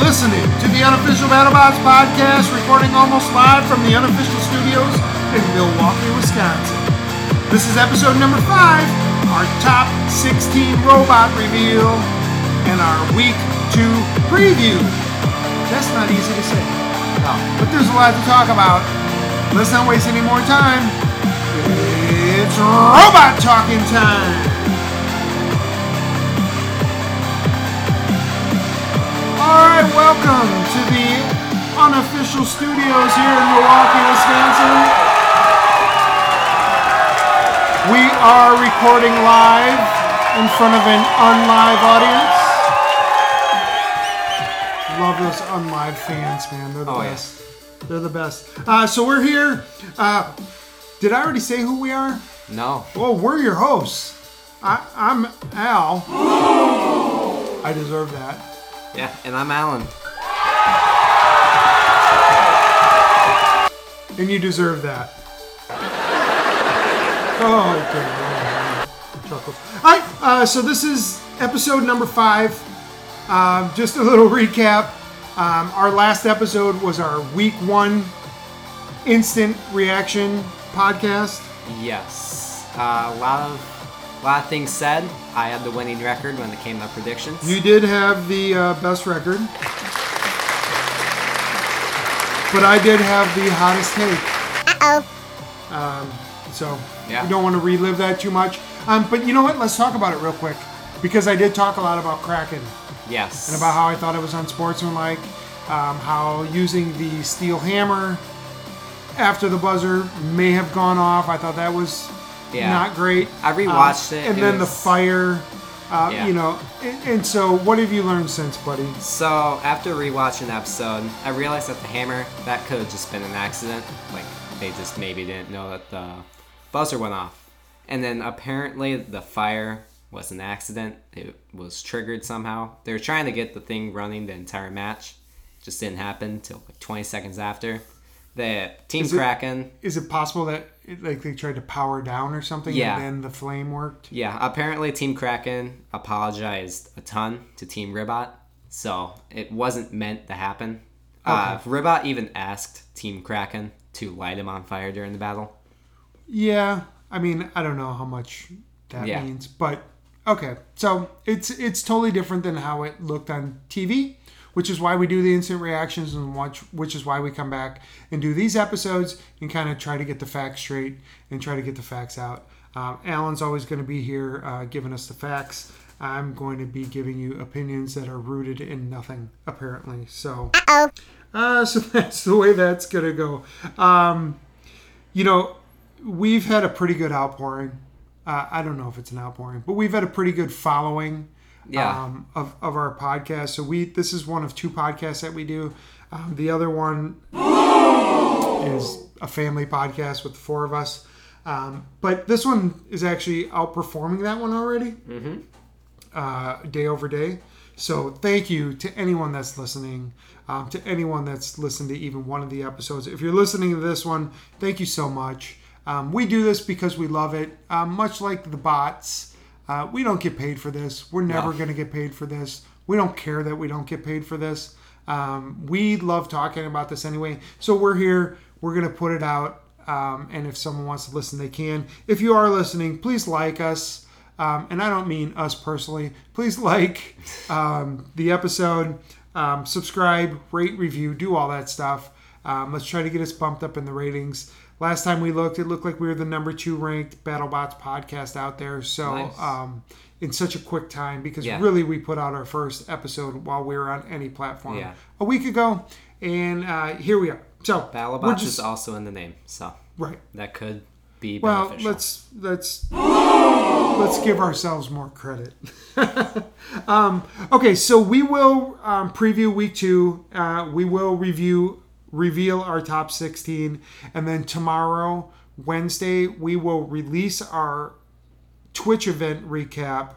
listening to the unofficial BattleBots podcast, recording almost live from the unofficial studios in Milwaukee, Wisconsin. This is episode number five, our top 16 robot reveal, and our week two preview. That's not easy to say. No, but there's a lot to talk about. Let's not waste any more time. It's robot talking time. All right, welcome to the unofficial studios here in Milwaukee, Wisconsin. We are recording live in front of an unlive audience. Love those unlive fans, man. They're the Oh, best. They're the best. Uh, so we're here. Uh, did I already say who we are? No. Well, we're your hosts. I, I'm Al. I deserve that. Yeah, and I'm Alan. And you deserve that. oh, okay. Chuckles. All right, uh, so this is episode number five. Um, just a little recap. Um, our last episode was our week one instant reaction podcast. Yes. Uh, a lot of lot of things said. I had the winning record when it came to predictions. You did have the uh, best record, but I did have the hottest take. Uh oh. Um, so Yeah. we don't want to relive that too much. Um, but you know what? Let's talk about it real quick because I did talk a lot about Kraken yes. and about how I thought it was unsportsmanlike, um, how using the steel hammer after the buzzer may have gone off. I thought that was Yeah. not great. Um, I rewatched it. And It then the was- fire, uh, Yeah. you know. And, and so, what have you learned since, buddy? So after rewatching the episode, I realized that the hammer that could have just been an accident. Like they just maybe didn't know that the buzzer went off, and then apparently the fire was an accident. It was triggered somehow. They were trying to get the thing running the entire match, just didn't happen till like 20 seconds after. The team it- Kraken. Is it possible that it, like they tried to power down or something, Yeah. and then the flame worked? Yeah, apparently Team Kraken apologized a ton to Team Ribot, so it wasn't meant to happen. Uh, Ribot even asked Team Kraken to light him on fire during the battle. Yeah, I mean, I don't know how much that Yeah. means, but okay. So it's it's totally different than how it looked on TV, which is why we do the instant reactions and watch. Which is why we come back and do these episodes and kind of try to get the facts straight and try to get the facts out. Um, Alan's always going to be here uh, giving us the facts. I'm going to be giving you opinions that are rooted in nothing, apparently. So, uh, so that's the way that's going to go. Um, you know, we've had a pretty good outpouring. Uh, I don't know if it's an outpouring, but we've had a pretty good following Yeah, um, of, of our podcast. So we this is one of two podcasts that we do. Um, the other one is a family podcast with the four of us. Um, but this one is actually outperforming that one already uh, day over day. So thank you to anyone that's listening, um, to anyone that's listened to even one of the episodes. If you're listening to this one, thank you so much. Um, we do this because we love it, um, much like the bots. Uh, we don't get paid for this. We're never No. going to get paid for this. We don't care that we don't get paid for this. Um, we love talking about this anyway. So we're here. We're going to put it out. Um, and if someone wants to listen, they can. If you are listening, please like us. Um, and I don't mean us personally. Please like um, the episode, um, subscribe, rate, review, do all that stuff. Um, let's try to get us bumped up in the ratings. Last time we looked, it looked like we were the number two ranked BattleBots podcast out there. So Nice. um, in such a quick time, because Yeah. really we put out our first episode while we were on any platform Yeah. a week ago, and uh, here we are. So Battle we're BattleBots just is also in the name, so right. that could be Well, beneficial. let's let's let's give ourselves more credit. um, okay, so we will um, preview week two. Uh, we will review reveal our top sixteen, and then tomorrow, Wednesday, we will release our Twitch event recap,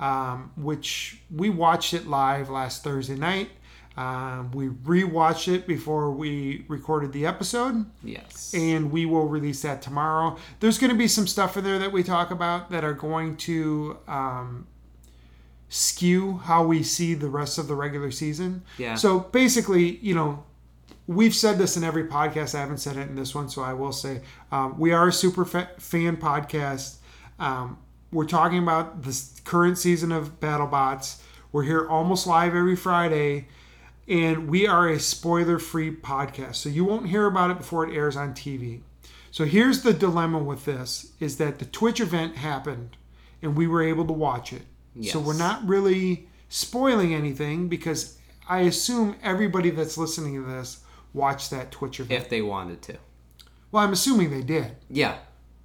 um, which we watched it live last Thursday night. Um, we rewatched it before we recorded the episode yes. and we will release that tomorrow. There's going to be some stuff in there that we talk about that are going to um, skew how we see the rest of the regular season. Yeah. So basically, you know, we've said this in every podcast. I haven't said it in this one, so I will say um, we are a super fa- fan podcast. Um, we're talking about the s- current season of BattleBots. We're here almost live every Friday, and we are a spoiler-free podcast, so you won't hear about it before it airs on TV. So here's the dilemma with this: is that the Twitch event happened, and we were able to watch it. So we're Yes. not really spoiling anything because I assume everybody that's listening to this watched that Twitch event. if they wanted to. Well, I'm assuming they did Yeah.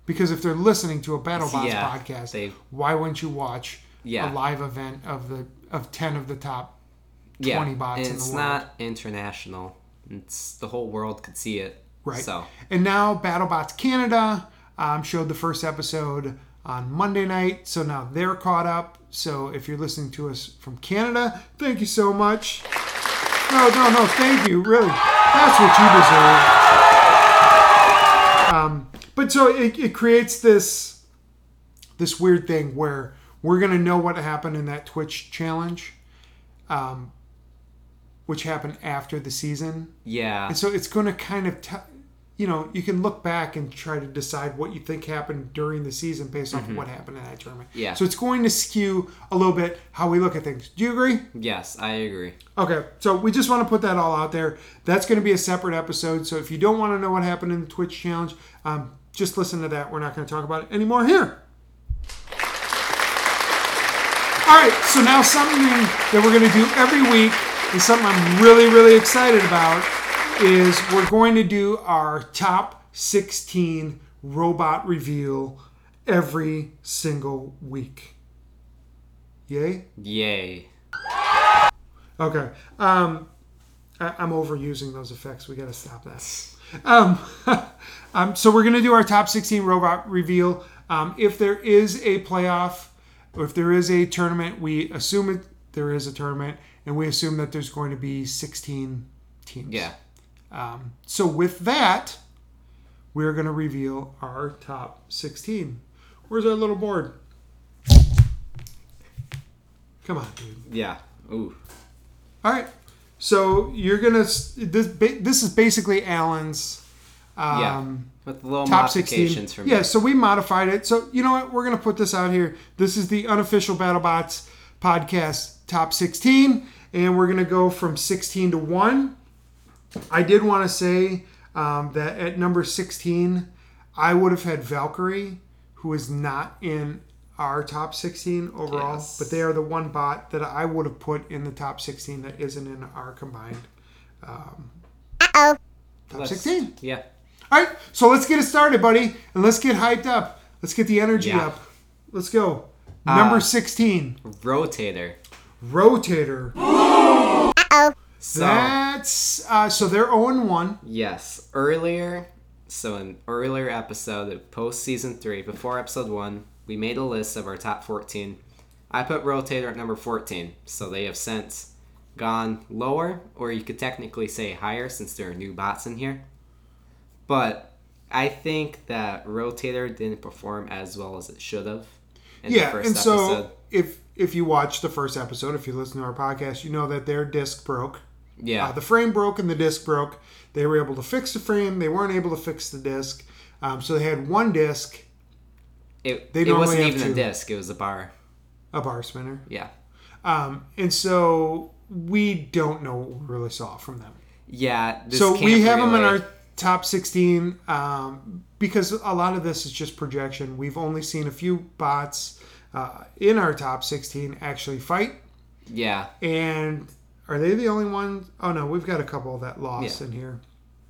because if they're listening to a BattleBots Yeah, podcast, they- why wouldn't you watch a Yeah. live event of the of ten of the top? Yeah. 20 bots and in the it's world. not international. It's the whole world could see it. Right. So And now BattleBots Canada um, showed the first episode on Monday night, so now they're caught up. So if you're listening to us from Canada, thank you so much. No, no, no, thank you. Really, that's what you deserve. Um, but so it, it creates this this weird thing where we're gonna know what happened in that Twitch challenge, um, which happened after the season. yeah. And so it's going to kind of, t- you know, you can look back and try to decide what you think happened during the season based off of what happened in that tournament. Mm-hmm. Yeah. So it's going to skew a little bit how we look at things. Do you agree? Yes, I agree. Okay. So we just want to put that all out there. That's going to be a separate episode. So if you don't want to know what happened in the Twitch challenge, um, just listen to that. We're not going to talk about it anymore here. All right, so now something that we're going to do every week and something I'm really, really excited about is we're going to do our top 16 robot reveal every single week. Yay? Yay. Okay. Um, I, I'm overusing those effects. We got to stop that. Um, um, so we're going to do our top 16 robot reveal. Um, if there is a playoff or if there is a tournament, we assume it, there is a tournament and we assume that there's going to be 16 teams. Yeah. So with that, we're going to reveal our top 16. Where's our little board? Come on, dude. Yeah. Ooh. All right. So you're gonna s- this ba- this is basically Alan's um, Yeah. With little top sixteen. modifications from Yeah. So we modified it. So you know what? We're gonna put this out here. This is the unofficial BattleBots podcast top sixteen, and we're gonna go from sixteen to one. I did want to say um, that at number sixteen, I would have had Valkyrie, who is not in our top 16 overall Yes. but they are the one bot that i would have put in the top 16 that isn't in our combined um, top Let's- 16 Yeah. all right, so let's get it started, buddy, and let's get hyped up. Let's get the energy Yeah. up. Let's go. Number Uh, 16, Rotator. Rotator. So That's uh, so they're 0 and 1. yes, earlier. So in earlier episode of post season three, before episode one, we made a list of our top fourteen. I put Rotator at number fourteen, so they have since gone lower, or you could technically say higher since there are new bots in here. But I think that Rotator didn't perform as well as it should have. In Yeah, and so if if you watch the first episode, if you listen to our podcast, you know that their disc broke. yeah, Uh, the frame broke and the disc broke. They were able to fix the frame. They weren't able to fix the disc. Um, so they had one disc, it, they it normally wasn't have even two. a disc; it was a bar. a bar spinner. Yeah. Um, and so we don't know what we really saw from them. Yeah. This so we can't have them in relate. our top 16 um, because a lot of this is just projection we've only seen a few bots uh, in our top 16 actually fight Yeah. and are they the only ones oh no we've got a couple that lost Yeah. in here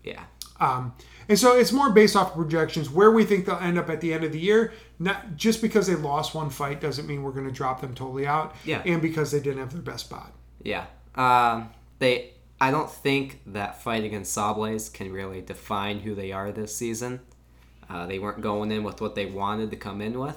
Yeah. um, and so it's more based off projections where we think they'll end up at the end of the year not just because they lost one fight doesn't mean we're going to drop them totally out Yeah. and because they didn't have their best bot Yeah. Um, they. I don't think that fight against Sablaze can really define who they are this season. Uh, they weren't going in with what they wanted to come in with,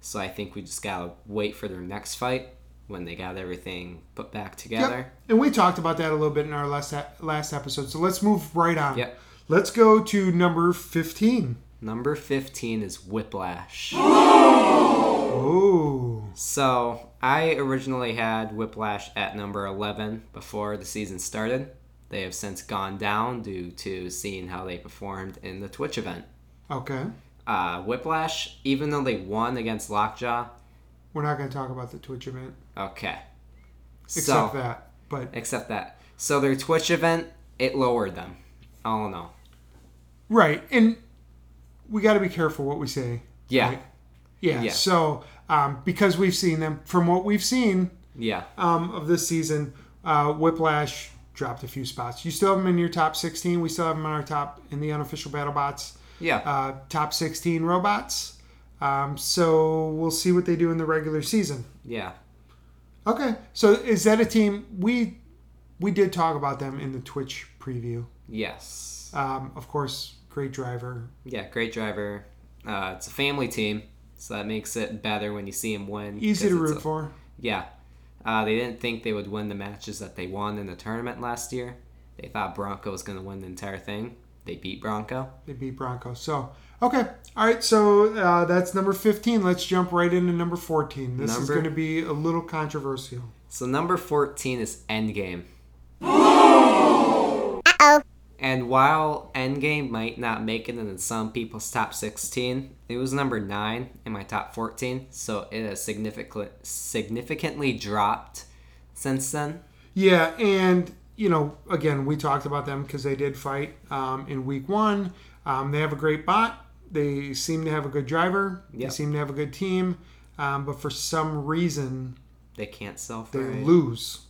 so I think we just gotta wait for their next fight when they got everything put back Yep. together. And we talked about that a little bit in our last last episode. So let's move right on. Yep. Let's go to number 15. Number fifteen is Whiplash. Oh. So I originally had Whiplash at number 11 before the season started. They have since gone down due to seeing how they performed in the Twitch event. Okay. Uh, Whiplash, even though they won against Lockjaw, We're not going to talk about the Twitch event okay. except that. But Except that. So their Twitch event, it lowered them. All in all. right, and we got to be careful what we say. Yeah. Right. Yeah. Yeah. So um, because we've seen them from what we've seen Yeah. um, of this season, uh, Whiplash dropped a few spots. You still have them in your top 16. We still have them in our top in the unofficial battle bots. Yeah. uh, top 16 robots. Um, so we'll see what they do in the regular season. yeah. Okay, so is that a team we we did talk about them in the Twitch preview? Yes. Um, of course, great driver. Yeah, great driver. Uh, it's a family team, so that makes it better when you see him win. Easy to 'cause it's root a- for. Yeah. Uh, they didn't think they would win the matches that they won in the tournament last year. They thought Bronco was going to win the entire thing. They beat Bronco. They beat Bronco. So okay, all right. So uh, that's number 15. Let's jump right into number 14. This is Number- going to be a little controversial. So number 14 is Endgame. And while Endgame might not make it in some people's top 16, it was number 9 in my top 14, so it has significantly, significantly dropped since then. Yeah, and you know, again, we talked about them because they did fight um, in week one. Um, they have a great bot. They seem to have a good driver. They Yep. seem to have a good team, um, but for some reason, They can't sell for they it. lose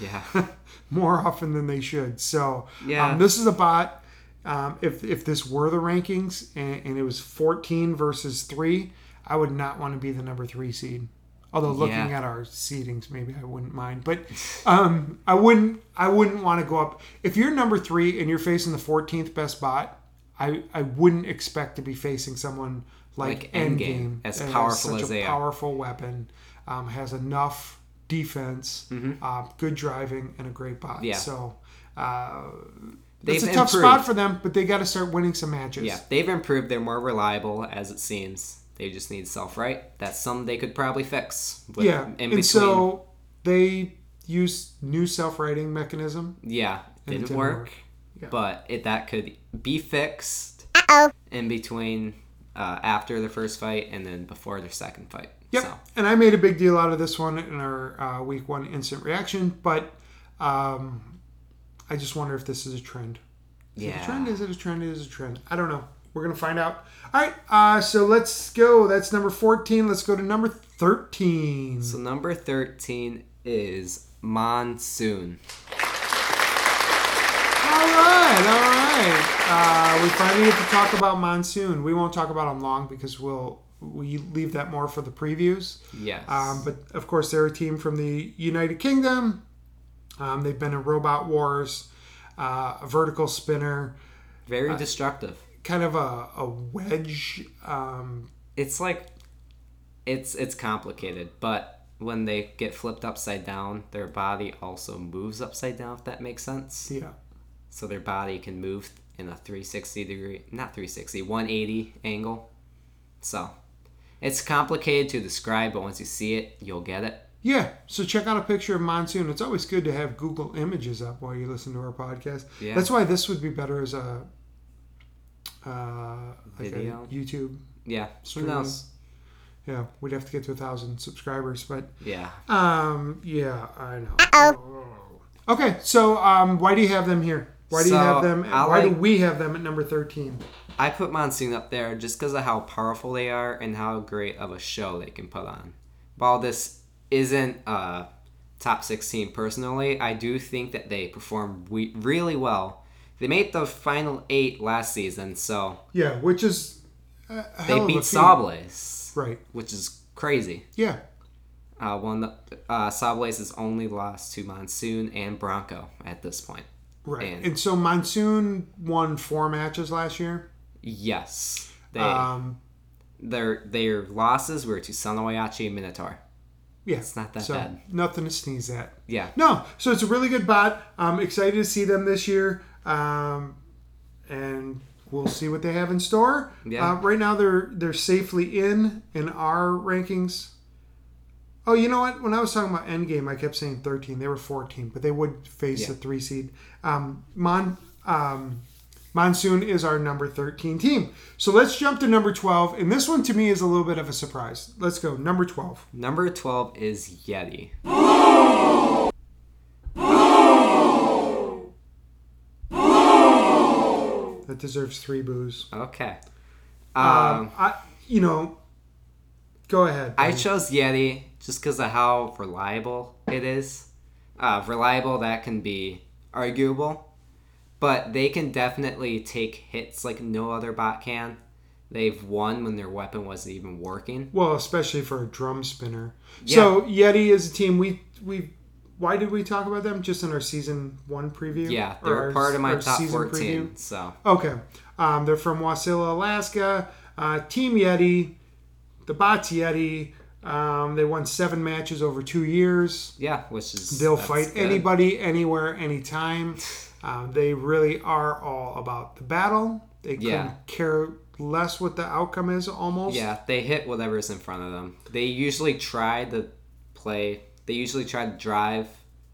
Yeah. more often than they should. So, Yeah. um, this is a bot. Um, if if this were the rankings and, and it was 14 versus three, I would not want to be the number three seed. Although looking Yeah. at our seedings, maybe I wouldn't mind, but um, I wouldn't I wouldn't want to go up. If you're number three and you're facing the 14th best bot, I I wouldn't expect to be facing someone like, Like Endgame, Endgame, as that has powerful such as a they are. powerful weapon, um, has enough defense, uh, good driving, and a great bot. Mm-hmm. Yeah. So. Uh, They've it's a tough improved. spot for them, but they got to start winning some matches. Yeah, they've improved. They're more reliable, as it seems. They just need self right. That's something they could probably fix. With, yeah. in and between. so they use new self-rating mechanism. yeah, it didn't, didn't work. work. Yeah. But it, that could be fixed in between uh, after the first fight and then before their second fight. Yep. So, And I made a big deal out of this one in our uh, week one instant reaction, but um, I just wonder if this is a trend. Is it a yeah. trend? Is it a trend? Is it a trend? I don't know. We're gonna find out. All right. Uh, so let's go. That's number fourteen. Let's go to number thirteen. So number 13 is Monsoon. All right, all right. Uh, we finally get to talk about monsoon. We won't talk about them long because we'll we leave that more for the previews. Yes. Um, but of course, they're a team from the United Kingdom. Um, they've been in Robot Wars, uh, a vertical spinner, Very uh, destructive. kind of a, a wedge. Um, it's like it's it's complicated but when they get flipped upside down their body also moves upside down if that makes sense yeah, so their body can move in a 360 degree not 360 180 angle so it's complicated to describe but once you see it you'll get it yeah. So check out a picture of monsoon. It's always good to have Google Images up while you listen to our podcast. Yeah. That's why this would be better as a uh, like Video? a YouTube yeah who Streaming. knows Yeah, we'd have to get to a thousand subscribers, but yeah um, yeah, I know. Oh. Okay, so um, why do you have them here? Why do you So, have them? I why do like- we have them at number thirteen? i put monsoon up there just because of how powerful they are and how great of a show they can put on while this isn't uh, top 16 personally, I do think that they performed we- really well. They made the final eight last season, so Yeah, which is a a hell they of a beat feat. Sawblaze, Right. which is crazy. Yeah, Uh, one uh, Sawblaze has only lost to Monsoon and Bronco at this point. right. And, And- so Monsoon won four matches last year. Yes, they Um, their their losses were to Sanoyachi and Minotaur. yeah, It's not that so bad. nothing to sneeze at. Yeah, No, so it's a really good bot. I'm excited to see them this year, um, and we'll see what they have in store. Yeah. Uh, right now, they're they're safely in in our rankings. Oh, you know what? When I was talking about Endgame, I kept saying 13. They were 14, but they would face Yeah. the three seed. Um, Mon, um, Monsoon is our number 13 team. So let's jump to number 12. And this one to me is a little bit of a surprise. Let's go. Number 12. Number 12 is Yeti. That deserves three boos. Okay. Um, I, you know, go ahead. I chose Yeti just because of how reliable it is. Uh, reliable, that can be arguable, but they can definitely take hits like no other bot can. They've won when their weapon wasn't even working. Well, especially for a drum spinner. So Yeti is a team we we. Why did we talk about them? Just in our season one preview. Yeah, Or they're our- part of my our top season 14, preview? so Okay, um, they're from Wasilla, Alaska. Uh, team Yeti, the bots Yeti. Um, they won seven matches over two years. yeah, which is. They'll that's fight good. anybody, anywhere, anytime. Um, they really are all about the battle. They couldn't Yeah. care less what the outcome is. Almost. Yeah, they hit whatever's in front of them. They usually try to play. They usually try to drive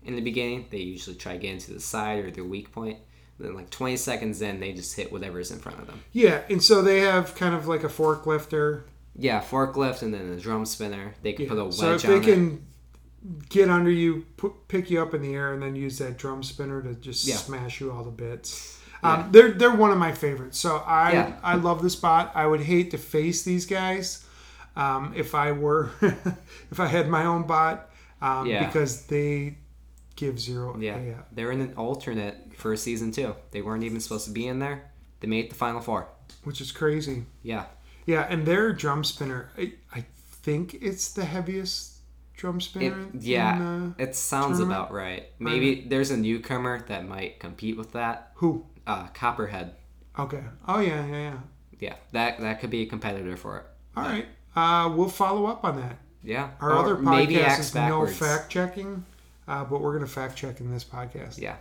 in the beginning. They usually try to get into the side or their weak point. Then, like 20 seconds in, they just hit whatever's in front of them. Yeah, and so they have kind of like a forklifter Yeah, forklift and then a drum spinner. They can put a wedge so if on they it. can get under you, pu- pick you up in the air, and then use that drum spinner to just Yeah. smash you all to bits. Um, They're they're one of my favorites. So I Yeah. I love the spot. I would hate to face these guys um, if I were if I had my own bot um, Yeah. because they give zero. yeah. a F. they're in an alternate for season two. They weren't even supposed to be in there. They made the final four. which is crazy. Yeah, Yeah, and their drum spinner, I, I think it's the heaviest drum it, spinner. yeah, in the, it sounds tournament? about right. Maybe there's a newcomer that might compete with that. who? Uh, Copperhead. Okay. Oh yeah, yeah, yeah. Yeah, that that could be a competitor for it. All right. Uh, we'll follow up on that. Yeah, Our Or other podcast axe is no fact checking, uh, but we're going to fact check in this podcast. Yeah,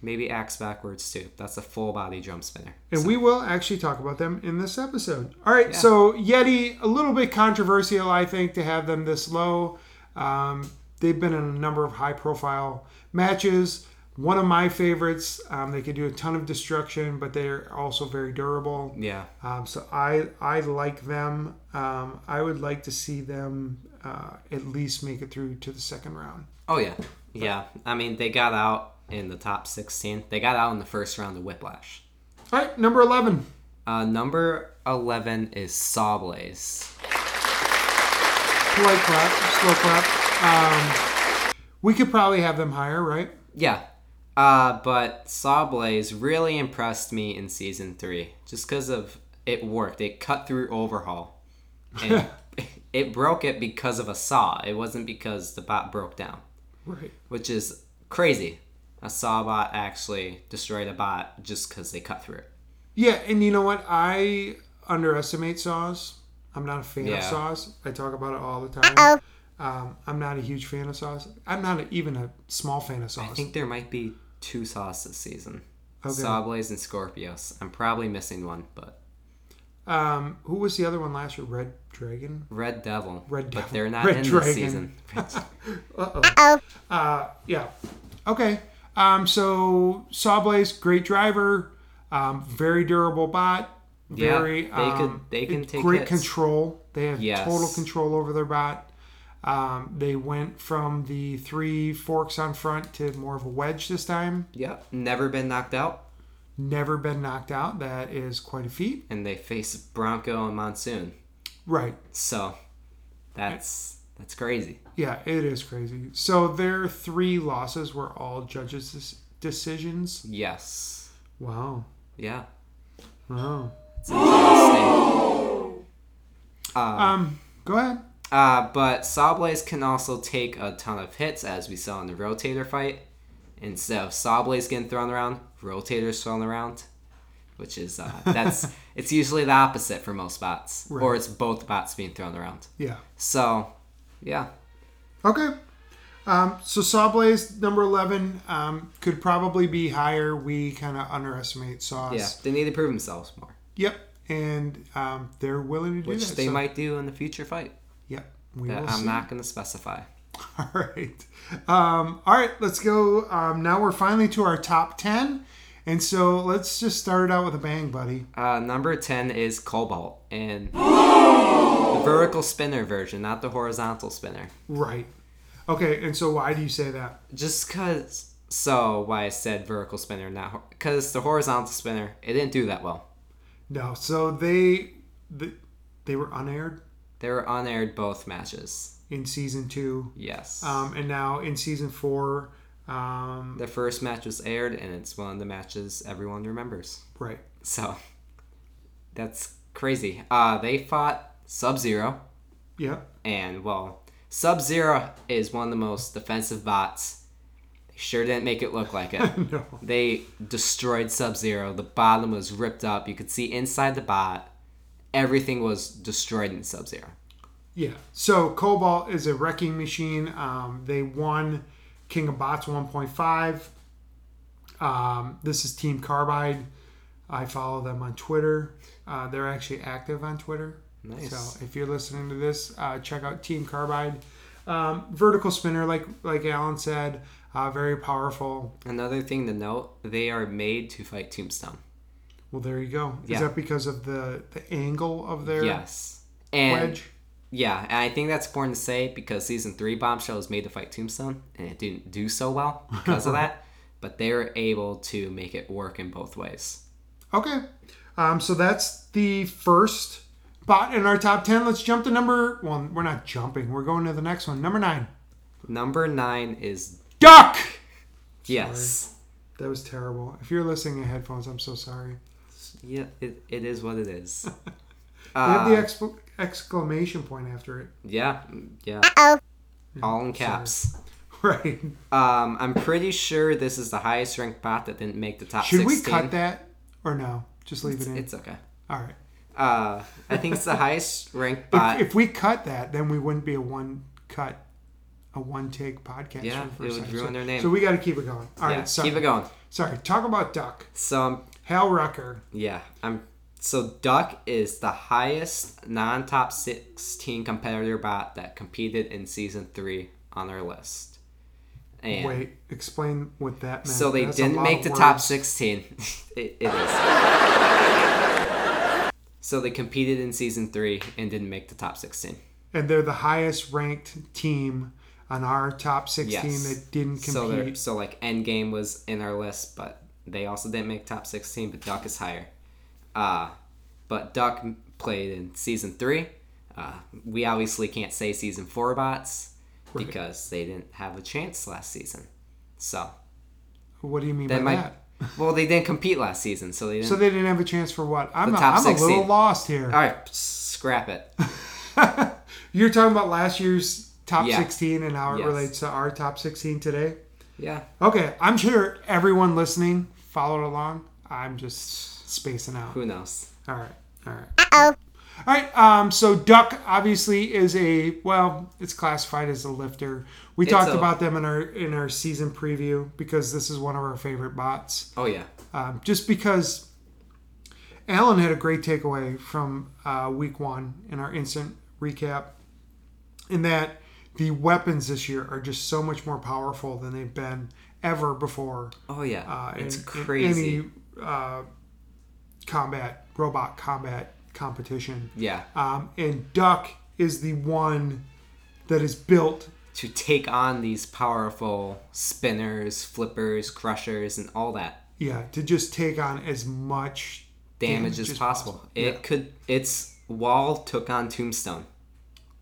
maybe axe backwards too. That's a full body drum spinner. And we will actually talk about them in this episode. All right. So, Yeti, a little bit controversial, I think, to have them this low. Um, they've been in a number of high profile matches. One of my favorites. Um, they could do a ton of destruction, but they're also very durable. Yeah, Um, so I I like them. Um, I would like to see them uh, at least make it through to the second round. Oh yeah, yeah. I mean, they got out in the top sixteen. They got out in the first round of Whiplash. All right, number eleven. Uh, number eleven is Sawblaze. Polite clap, slow clap. Um, we could probably have them higher, right? Yeah, uh, but Sawblaze really impressed me in season three, just because of it worked. It cut through Overhaul, and it broke it because of a saw. It wasn't because the bot broke down, Right. which is crazy. A saw bot actually destroyed a bot just because they cut through it. Yeah, and you know what? I underestimate saws. I'm not a fan Yeah. of saws. I talk about it all the time. Um, I'm not a huge fan of saws. I'm not a, even a small fan of I saws. think there might be two saws this season. Okay. Sawblaze and Scorpios. I'm probably missing one, but Um, who was the other one last year? Red Dragon. Red Devil. Red but Devil. they're not Red in Dragon. this season. Yeah. Okay. Um, so Sawblaze, great driver, um, very durable bot. Yeah, Very. they um, could- they can it's take great hits. control. They have Yes. total control over their bot. Um, they went from the three forks on front to more of a wedge this time. yep. Never been knocked out. Never been knocked out. That is quite a feat. And they face Bronco and Monsoon. Right. So that's that's crazy. Yeah, it is crazy. So their three losses were all judges' des- decisions. Yes. Wow. Yeah. Wow. It's interesting. Uh, Um, go ahead. uh, but Sawblaze can also take a ton of hits, as we saw in the Rotator fight. And so Sawblaze getting thrown around, Rotator's thrown around, which is uh, that's it's usually the opposite for most bots, or Right. it's both bots being thrown around. Yeah. So, yeah, Okay. Um, so Sawblaze number eleven um, could probably be higher. We kind of underestimate yeah, Saws. they need to prove themselves more, Yep. And um, they're willing to do which that. they so- might do in the future fight. Yep. We that will I'm see. not going to specify. All right. Um, all right, let's go. Um, now we're finally to our top 10. And so let's just start it out with a bang, buddy. Uh, number 10 is Cobalt, and the vertical spinner version, not the horizontal spinner. Right. Okay, and so why do you say that? Just because, so why I said vertical spinner, not because the horizontal spinner, it didn't do that well. No, so they th- they were unaired They were unaired both matches. in season two, Yes. um, and now in season four, um, the first match was aired, and it's one of the matches everyone remembers. right? So that's crazy. Uh, they fought Sub Zero, Yep. and well, Sub Zero is one of the most defensive bots. They sure didn't make it look like it. No. They destroyed Sub Zero. The bottom was ripped up. You could see inside the bot. Everything was destroyed in Sub Zero. Yeah. So Cobalt is a wrecking machine. Um, they won King of Bots 1.5. Um, this is Team Carbide. I follow them on Twitter. Uh, they're actually active on Twitter. Nice. So if you're listening to this, uh, check out Team Carbide. Um, vertical spinner, like like Alan said, uh, very powerful. Another thing to note they are made to fight Tombstone. Well, there you go. Is Yeah. that because of the the angle of their Yes. And wedge? Yeah, and I think that's important to say because season three bombshell was made to fight Tombstone, and it didn't do so well because of that. But they were able to make it work in both ways. Okay. Um, so that's the first bot in our top 10. Let's jump to number well, We're not jumping. We're going to the next one. Number nine. Number nine is Duck! yes, That was terrible. If you're listening in headphones, I'm so sorry. yeah, it, it is what it is. They have Uh, the exc- exclamation point after it. Yeah, yeah. All Mm, in caps. Right. Um, I'm pretty sure this is the highest ranked bot that didn't make the top. Should 16. we cut that or no? Just leave it in. It's okay. All right. Uh, I think it's the highest ranked bot. If, if we cut that, then we wouldn't be a one cut, a one take podcast. Yeah, for the it first would time. ruin so, their name. So we got to keep it going. All right. yeah, sorry. keep it going. Sorry. Talk about Duck. So I'm Hal Rucker. Yeah, I'm. So Duck is the highest non-top sixteen competitor bot that competed in season three on our list. And Wait, explain what that meant. so they That's a didn't lot make of the top words. sixteen. it, it is. so they competed in season three and didn't make the top sixteen. And they're the highest ranked team on our top 16 Yes, that didn't So they're, compete. so like Endgame was in our list, but they also didn't make top sixteen. But Duck is higher. Uh, but Duck m- played in season three. Uh, we obviously can't say season four bots because they didn't have a chance last season. So what do you mean by that might. that? Well, they didn't compete last season, so they didn't. So they didn't have a chance for what? I'm, a, top I'm a little 16. lost here. All right, scrap it. You're talking about last year's top Yeah. 16 and how it Yes. relates to our top 16 today. Yeah. Okay, I'm sure everyone listening followed along. I'm just spacing out. Who knows? All right. All right. Uh oh. All right. Um, so duck obviously is a well, it's classified as a lifter. We talked a- about them in our in our season preview because this is one of our favorite bots. Oh yeah. Um, just because Alan had a great takeaway from uh, week one in our instant recap, in that the weapons this year are just so much more powerful than they've been ever before Oh yeah. uh, it's in- in crazy. any uh, combat robot combat competition. yeah. Um, and Duck is the one that is built. to take on these powerful spinners, flippers, crushers, and all that Yeah, to just take on as much damage, as possible. It Yeah. could. Its wall took on Tombstone.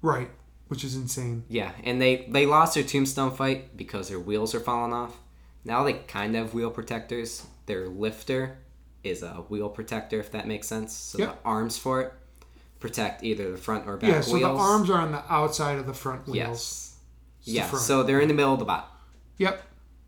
right, which is insane. Yeah, and they they lost their Tombstone fight because their wheels are falling off. Now they kind of have wheel protectors. Their lifter is a wheel protector, if that makes sense. So Yep. the arms for it protect either the front or back Yeah, so wheels. the arms are on the outside of the front wheels. Yes. Yeah. front. So they're in the middle of the bot. Yep,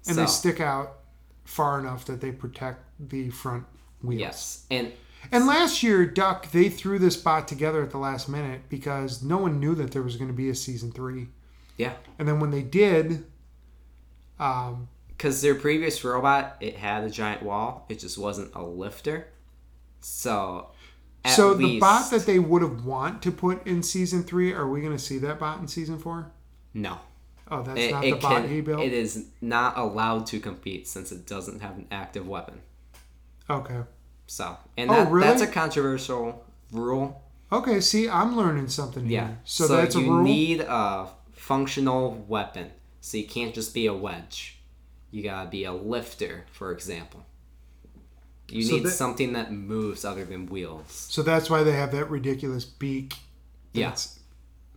and they So- stick out far enough that they protect the front wheels. Yes, and And last year, Duck, they threw this bot together at the last minute because no one knew that there was going to be a season three. yeah, And then when they did, um, because their previous robot it had a giant wall it just wasn't a lifter so At so the least- bot that they would have want to put in season three, are we going to see that bot in season four? no, Oh, that's it, not it the bot can, he built. it is not allowed to compete since it doesn't have an active weapon. okay. So, and Oh, that, really? that's a controversial rule. Okay. See, I'm learning something here. Yeah. So, that's a Mm. you rule. need a functional weapon. So you can't just be a wedge. You gotta be a lifter, for example. You So need that- something that moves other than wheels. so that's why they have that ridiculous beak. Yeah. That's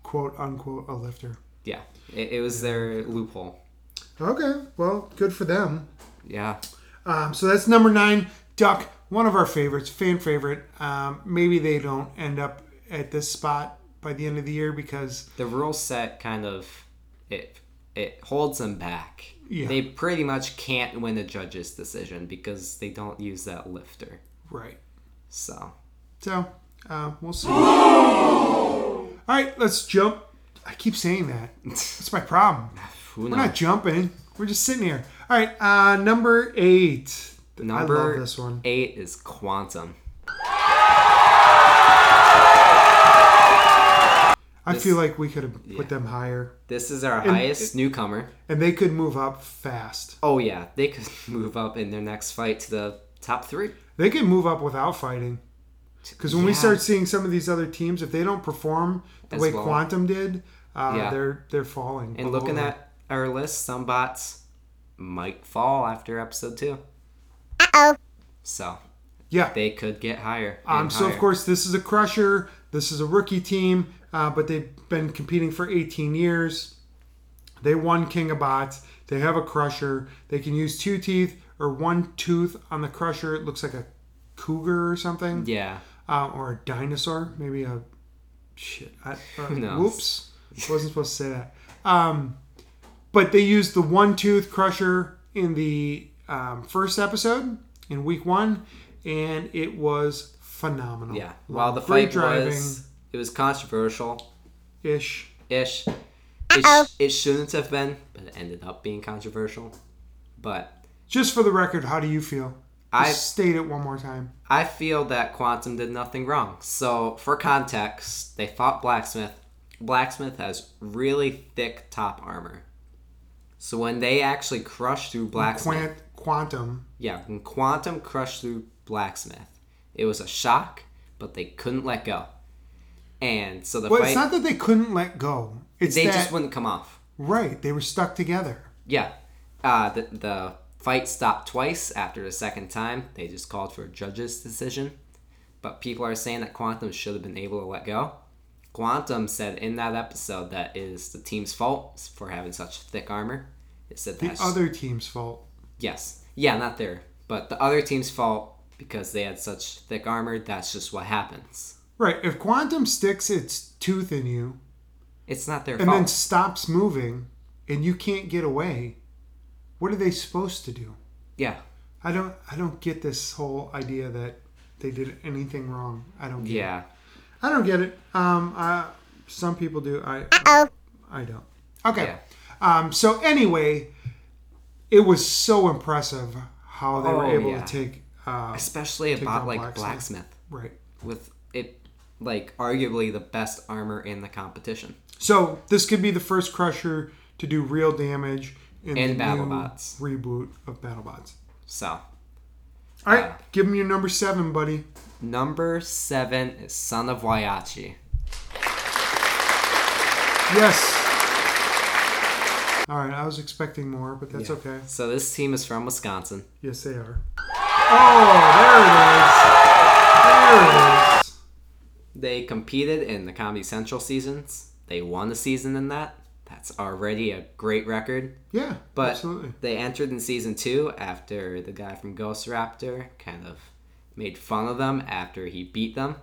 quote unquote a lifter. Yeah. It, it was their loophole. Okay. Well, good for them. Yeah. Um, so that's number nine, Duck, one of our favorites, fan favorite. Um, maybe they don't end up at this spot by the end of the year because The rule set kind of it it holds them back. Yeah. They pretty much can't win a judge's decision because they don't use that lifter. right. So So uh, we'll see. All right, let's jump. I keep saying that. That's my problem. who We're knows? not jumping. We're just sitting here. All right, uh, number eight. Number I love this one. eight is quantum. I feel like we could have put them higher, This is our highest newcomer. and they could move up fast. Oh yeah, they could move up in their next fight to the top three. They could move up without fighting. Because when we Yeah. start seeing some of these other teams, if they don't perform the As way well. Quantum did, uh, Yeah. they're they're falling. and below looking them. at our list, some bots might fall after episode two. Uh oh. So yeah, they could get higher. Um, and so of higher. course, this is a crusher. This is a rookie team, uh, but they've been competing for 18 years. They won King of Bots. They have a crusher. They can use two teeth or one tooth on the crusher. It looks like a cougar or something, Yeah. uh, or a dinosaur. Maybe a shit. I, uh, knows? whoops, wasn't supposed to say that. Um, but they used the one tooth crusher in the um, first episode in week one, and it was phenomenal. Yeah. While the Great fight was it was controversial ish. ish. It, sh- it shouldn't have been, but it ended up being controversial. But Just for the record, how do you feel? I- Just state it one more time. I feel that Quantum did nothing wrong. So, for context, they fought Blacksmith. Blacksmith has really thick top armor. So, when they actually crushed through Blacksmith. Quant, quantum. Yeah, when Quantum crushed through Blacksmith, it was a shock, but they couldn't let go. And so the But fight. it's not that they couldn't let go. It's they that just wouldn't come off. right. They were stuck together. Yeah. Uh, the, the fight stopped twice after the second time. They just called for a judge's decision. But people are saying that Quantum should have been able to let go. Quantum said in that episode that it is the team's fault for having such thick armor. It said The that's other team's fault. yes, yeah, not there, but the other team's fault because they had such thick armor. That's just what happens. Right. If quantum sticks its tooth in you It's not their and fault. then stops moving, and you can't get away, what are they supposed to do? yeah, I don't I don't get this whole idea that they did anything wrong. I don't get it. yeah. I don't get it. Um I, some people do. I I don't. Okay. Yeah. Um so anyway, it was so impressive how they were Oh, able yeah. to take uh Especially a Take bot down like Blacksmith. right. Blacksmith. with it like arguably the best armor in the competition So this could be the first crusher to do real damage in And the new BattleBots. reboot of BattleBots. so All right, Yeah. give him your number 7, buddy. number seven is son of wayachi Yes. All right, I was expecting more, but that's okay. so this team is from wisconsin Yes, they are. Oh, there it is. There it is. they competed in the comedy central seasons they won a season in that that's already a great record Yeah, but absolutely. they entered in season two after the guy from ghost raptor kind of made fun of them after he beat them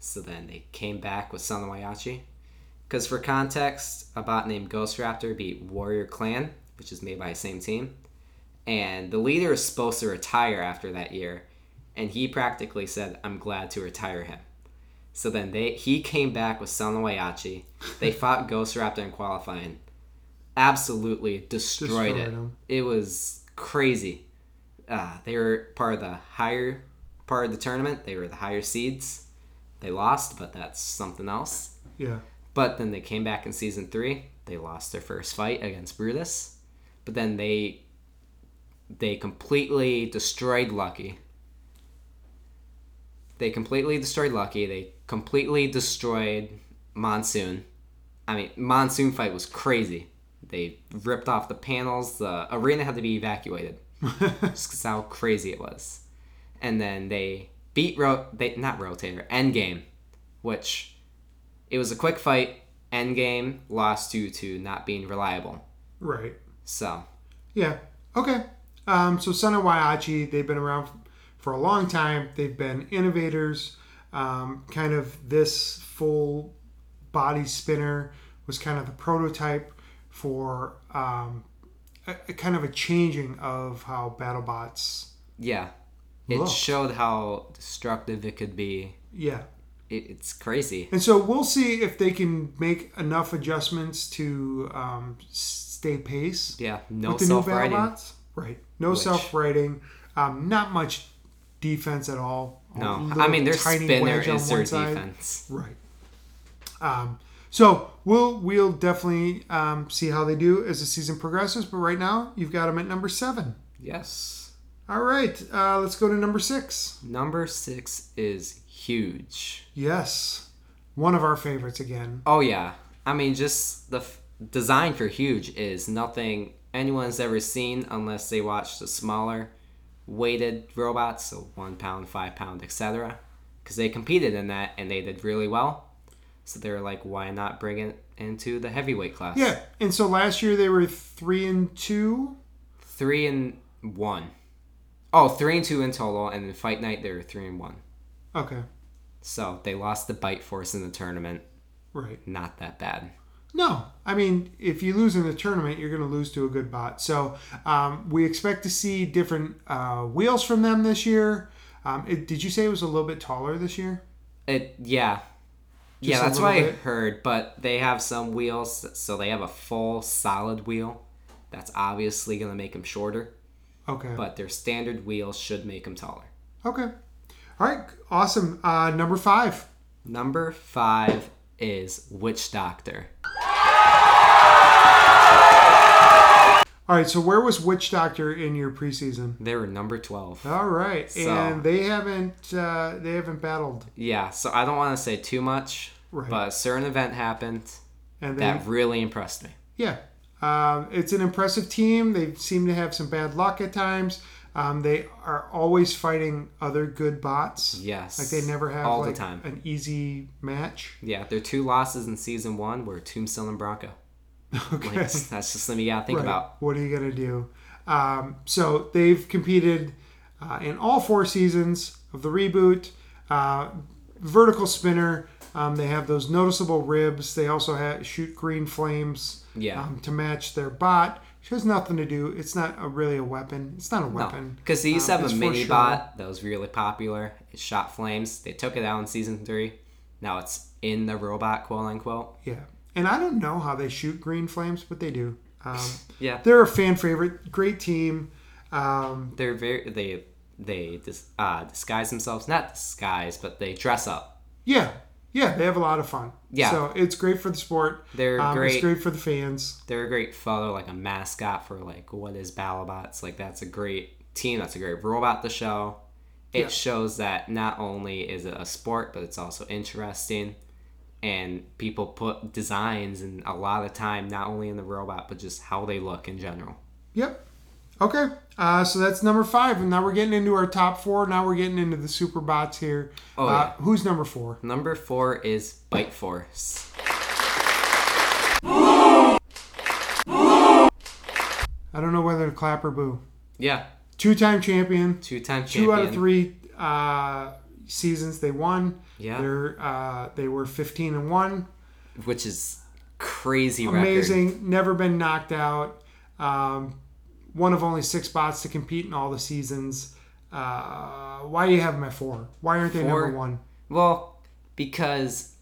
so then they came back with son of wayachi Because for context, a bot named Ghost Raptor beat Warrior Clan, which is made by the same team. And the leader is supposed to retire after that year, and he practically said, "I'm glad to retire him." So then they he came back with Son Wayachi. They fought Ghost Raptor in qualifying, absolutely destroyed, Destroyed it. him. It was crazy. Uh, they were part of the higher part of the tournament. They were the higher seeds. They lost, but that's something else. Yeah. But then they came back in season three. They lost their first fight against Brutus, but then they they completely destroyed Lucky. They completely destroyed Lucky. They completely destroyed Monsoon. I mean, Monsoon fight was crazy. They ripped off the panels. The arena had to be evacuated. Just 'cause how crazy it was. And then they beat Ro- they not Rotator Endgame, which it was a quick fight. Endgame lost due to not being reliable. Right. So Yeah. Okay. Um, so Son and Waiachi, they've been around for a long time. They've been innovators. Um, kind of this full body spinner was kind of the prototype for um, a, a kind of a changing of how BattleBots. yeah, it Look. showed how destructive it could be. Yeah. It, it's crazy. And so we'll see if they can make enough adjustments to um, stay pace. Yeah, no with the new self writing. BattleBots. Right. No Which- self-writing. Um, not much defense at all. A No, little I mean their tiny spinner wedge on is their one side. defense. Right. Um, so we'll we'll definitely um, see how they do as the season progresses. But right now, you've got them at number seven. Yes. All right. Uh, let's go to number six. Number six is huge. Yes, one of our favorites again. Oh yeah, I mean just the f- design for huge is nothing anyone's ever seen unless they watch the smaller, weighted robots, so one pound, five pound, etc. Because they competed in that and they did really well, so they were like, why not bring it into the heavyweight class? Yeah. And so last year they were three and two. three and one. Oh, three and two in total, and in fight night they were three and one. Okay. So they lost the bite force in the tournament. Right. Not that bad. No, I mean, if you lose in the tournament, you're going to lose to a good bot. So um, we expect to see different uh, wheels from them this year. Um, it, did you say it was a little bit taller this year? It yeah. yeah, Just a that's little what I bit. heard, but they have some wheels, so they have a full solid wheel. That's obviously going to make them shorter, Okay. but their standard wheels should make them taller. Okay. All right. Awesome. Uh, number five. Number five is Witch Doctor. All right. So where was Witch Doctor in your preseason? They were number 12. All right, and they haven't uh, they haven't battled, Yeah, so I don't want to say too much, Right. but a certain event happened and they that really impressed me. Yeah. Um, it's an impressive team. They seem to have some bad luck at times. Um, they are always fighting other good bots. Yes. Like they never have All like, the time. an easy match. Yeah, their two losses in season one were Tombstone and Bronco. Okay. Like, that's just something you got to think Right. about. What are you going to do? Um, so they've competed uh, in all four seasons of the reboot. Uh, vertical spinner. Um, they have those noticeable ribs. They also ha shoot green flames Yeah. um, to match their bot. Which has nothing to do. It's not a, really a weapon. It's not a weapon. Because they used to Um, have it's a for mini show. bot that was really popular. It shot flames. They took it out in season three. Now it's in the robot, quote unquote. Yeah. And I don't know how they shoot green flames, but they do. Um, Yeah, they're a fan favorite. Great team. Um, they're very they they dis, uh, disguise themselves. Not disguise, but they dress up. yeah. Yeah. They have a lot of fun. Yeah. So it's great for the sport. They're Um, great. It's great for the fans. They're a great photo, like a mascot for like what is BattleBots. Like that's a great team. That's a great robot to show. It Yeah. shows that not only is it a sport, but it's also interesting. And people put designs and a lot of time, not only in the robot, but just how they look in general. Yep. Okay. Uh, so that's number five. And now we're getting into our top four. Now we're getting into the super bots here. Oh, uh, Who's number four? Number four is Bite Force. I don't know whether to clap or boo. Yeah, Two time champion. two time champion. Two out of three uh, seasons they won. Yeah. They're, uh, they were 15 and 1. Which is crazy record. Amazing. Never been knocked out. Um, one of only six bots to compete in all the seasons. Uh, why do you have them at four? Why aren't they Four? number one? Well, because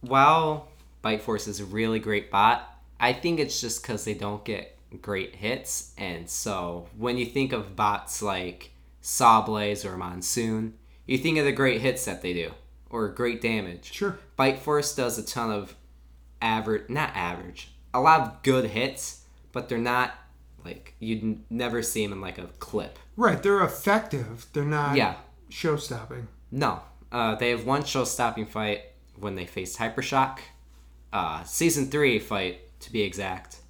while Bite Force is a really great bot, I think it's just because they don't get great hits. And so when you think of bots like Sawblaze or Monsoon, you think of the great hits that they do. or great damage. Sure. Bite Force does a ton of average, not average, a lot of good hits, but they're not like you'd n- never see them in like a clip. Right, they're effective. They're not Yeah. show stopping. No, uh, they have one show-stopping fight when they faced Hypershock, uh, season three fight to be exact,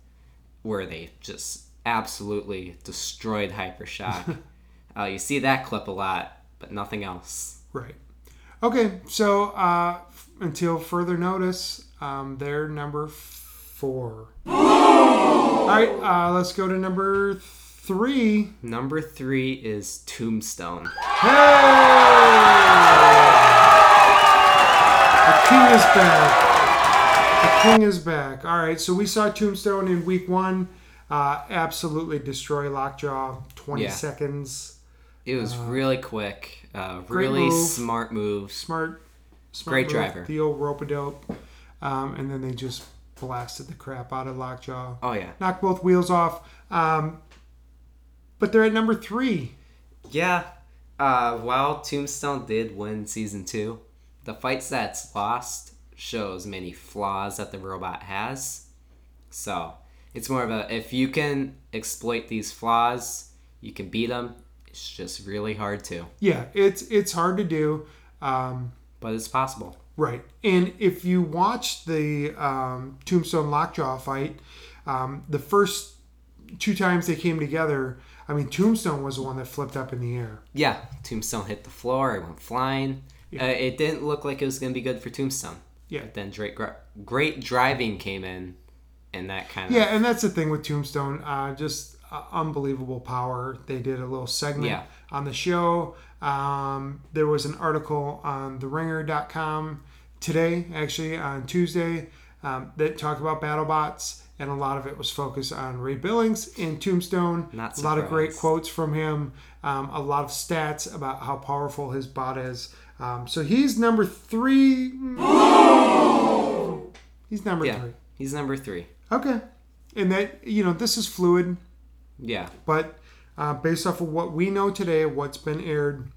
where they just absolutely destroyed Hypershock. uh, you see that clip a lot, but nothing else. Right. Okay, so uh, f- until further notice, um, they're number four. All right, uh, let's go to number three. Number three is Tombstone. The king is back. The king is back. All right, so we saw Tombstone in week one. Uh, absolutely destroy Lockjaw. 20 Yeah. seconds. It was really quick, uh, Uh, great really move. smart moves. Smart. smart Great driver. The old rope a dope. Um, and then they just blasted the crap out of Lockjaw. Oh yeah, knock both wheels off. Um, but they're at number three. yeah. Uh, while Tombstone did win season two, the fights that's lost shows many flaws that the robot has. So it's more of a if you can exploit these flaws, you can beat them. It's just really hard to, Yeah, it's it's hard to do. Um, but it's possible. Right. And if you watch the um, Tombstone Lockjaw fight, um, the first two times they came together, I mean, Tombstone was the one that flipped up in the air. Yeah, Tombstone hit the floor. It went flying. Uh, it didn't look like it was gonna be good for Tombstone. Yeah. But then Drake, Gr- great driving came in, and that kind of Yeah, and that's the thing with Tombstone. Uh, just uh, unbelievable power. They did a little segment Yeah. on the show. Um, there was an article on TheRinger.com today, actually on Tuesday, um, that talked about BattleBots, and a lot of it was focused on Ray Billings and Tombstone. Not a lot of great surprised. quotes from him. Um, a lot of stats about how powerful his bot is. Um, so he's number three. He's number yeah. three. He's number three. Okay. And that, you know, this is fluid, Yeah, but uh, based off of what we know today, what's been aired,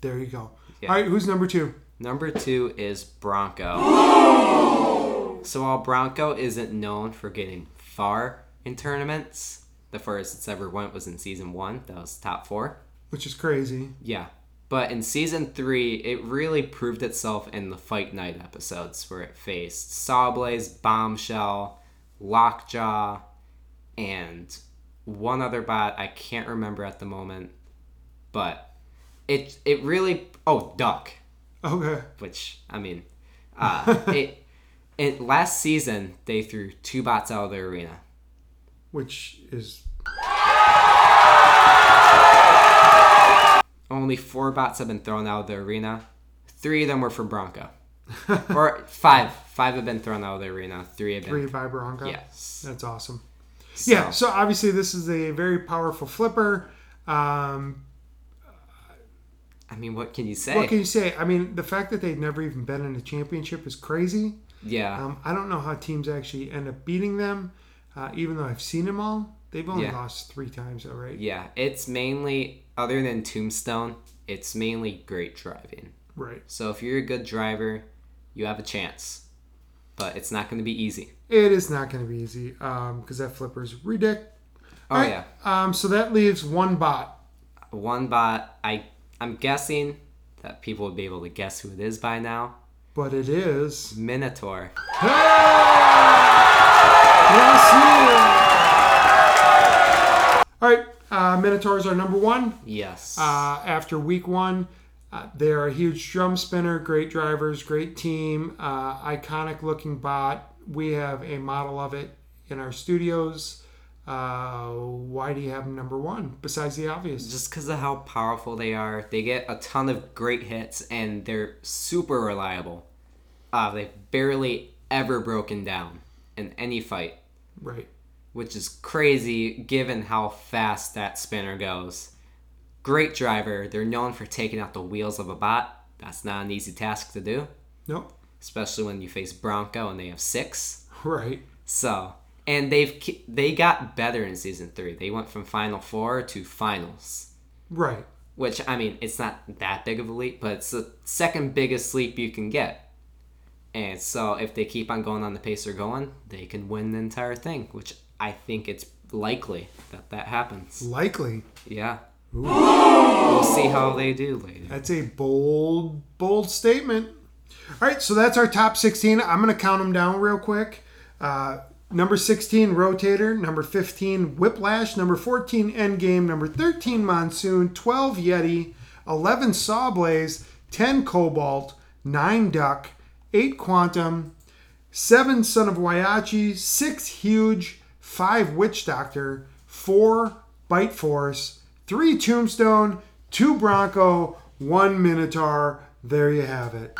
there you go. Yeah. All right, who's number two? number two is Bronco. so while Bronco isn't known for getting far in tournaments, the first it's ever went was in season one. That was top four. Which is crazy. Yeah. But in season three, it really proved itself in the Fight Night episodes where it faced Sawblaze, Bombshell, Lockjaw, and one other bot I can't remember at the moment. But it it really oh Duck, Okay. which I mean, uh, it it last season they threw two bots out of the arena. Which is, Only four bots have been thrown out of the arena. Three of them were for Bronco. or five. Five have been thrown out of the arena. Three have been. three by Bronco. Yes. That's awesome. Yeah, so obviously this is a very powerful flipper. Um, I mean, what can you say? what can you say? I mean, the fact that they've never even been in a championship is crazy. yeah. Um, I don't know how teams actually end up beating them, uh, even though I've seen them all. They've only Yeah. lost three times, though, right? yeah. It's mainly, other than Tombstone, it's mainly great driving. Right. So if you're a good driver, you have a chance. But it's not going to be easy. It is not going to be easy because that flipper's ridic. Oh, Alright, yeah. Um, so that leaves one bot. One bot, I, I'm guessing that people would be able to guess who it is by now. But it is. Minotaur. Hey! Yes, yeah. All right. Uh, Minotaurs are number one. Yes. Uh, after week one, uh, they are a huge drum spinner, great drivers, great team, uh, iconic looking bot. We have a model of it in our studios. Uh, why do you have them number one besides the obvious? just because of how powerful they are. They get a ton of great hits and they're super reliable. Uh, they've barely ever broken down in any fight, Right. which is crazy given how fast that spinner goes. Great driver. They're known for taking out the wheels of a bot. That's not an easy task to do, Nope. especially when you face Bronco and they have six. Right. So, and they've ke- they got better in season three. They went from final four to finals Right. which I mean, it's not that big of a leap, but it's the second biggest leap you can get. And so if they keep on going on the pace they're going, they can win the entire thing, which I think it's likely that that happens. Likely. Yeah. We'll see how they do later. That's a bold, bold statement. All right, so that's our top 16. I'm going to count them down real quick. Uh, number 16, Rotator. Number 15, Whiplash. Number 14, Endgame. Number 13, Monsoon. 12, Yeti. 11, Sawblaze. 10, Cobalt. 9, Duck. 8, Quantum. 7, Son of Waiachi. 6, Huge. 5, Witch Doctor. 4, Bite Force. 3, Tombstone. 2, Bronco. 1, Minotaur. There you have it.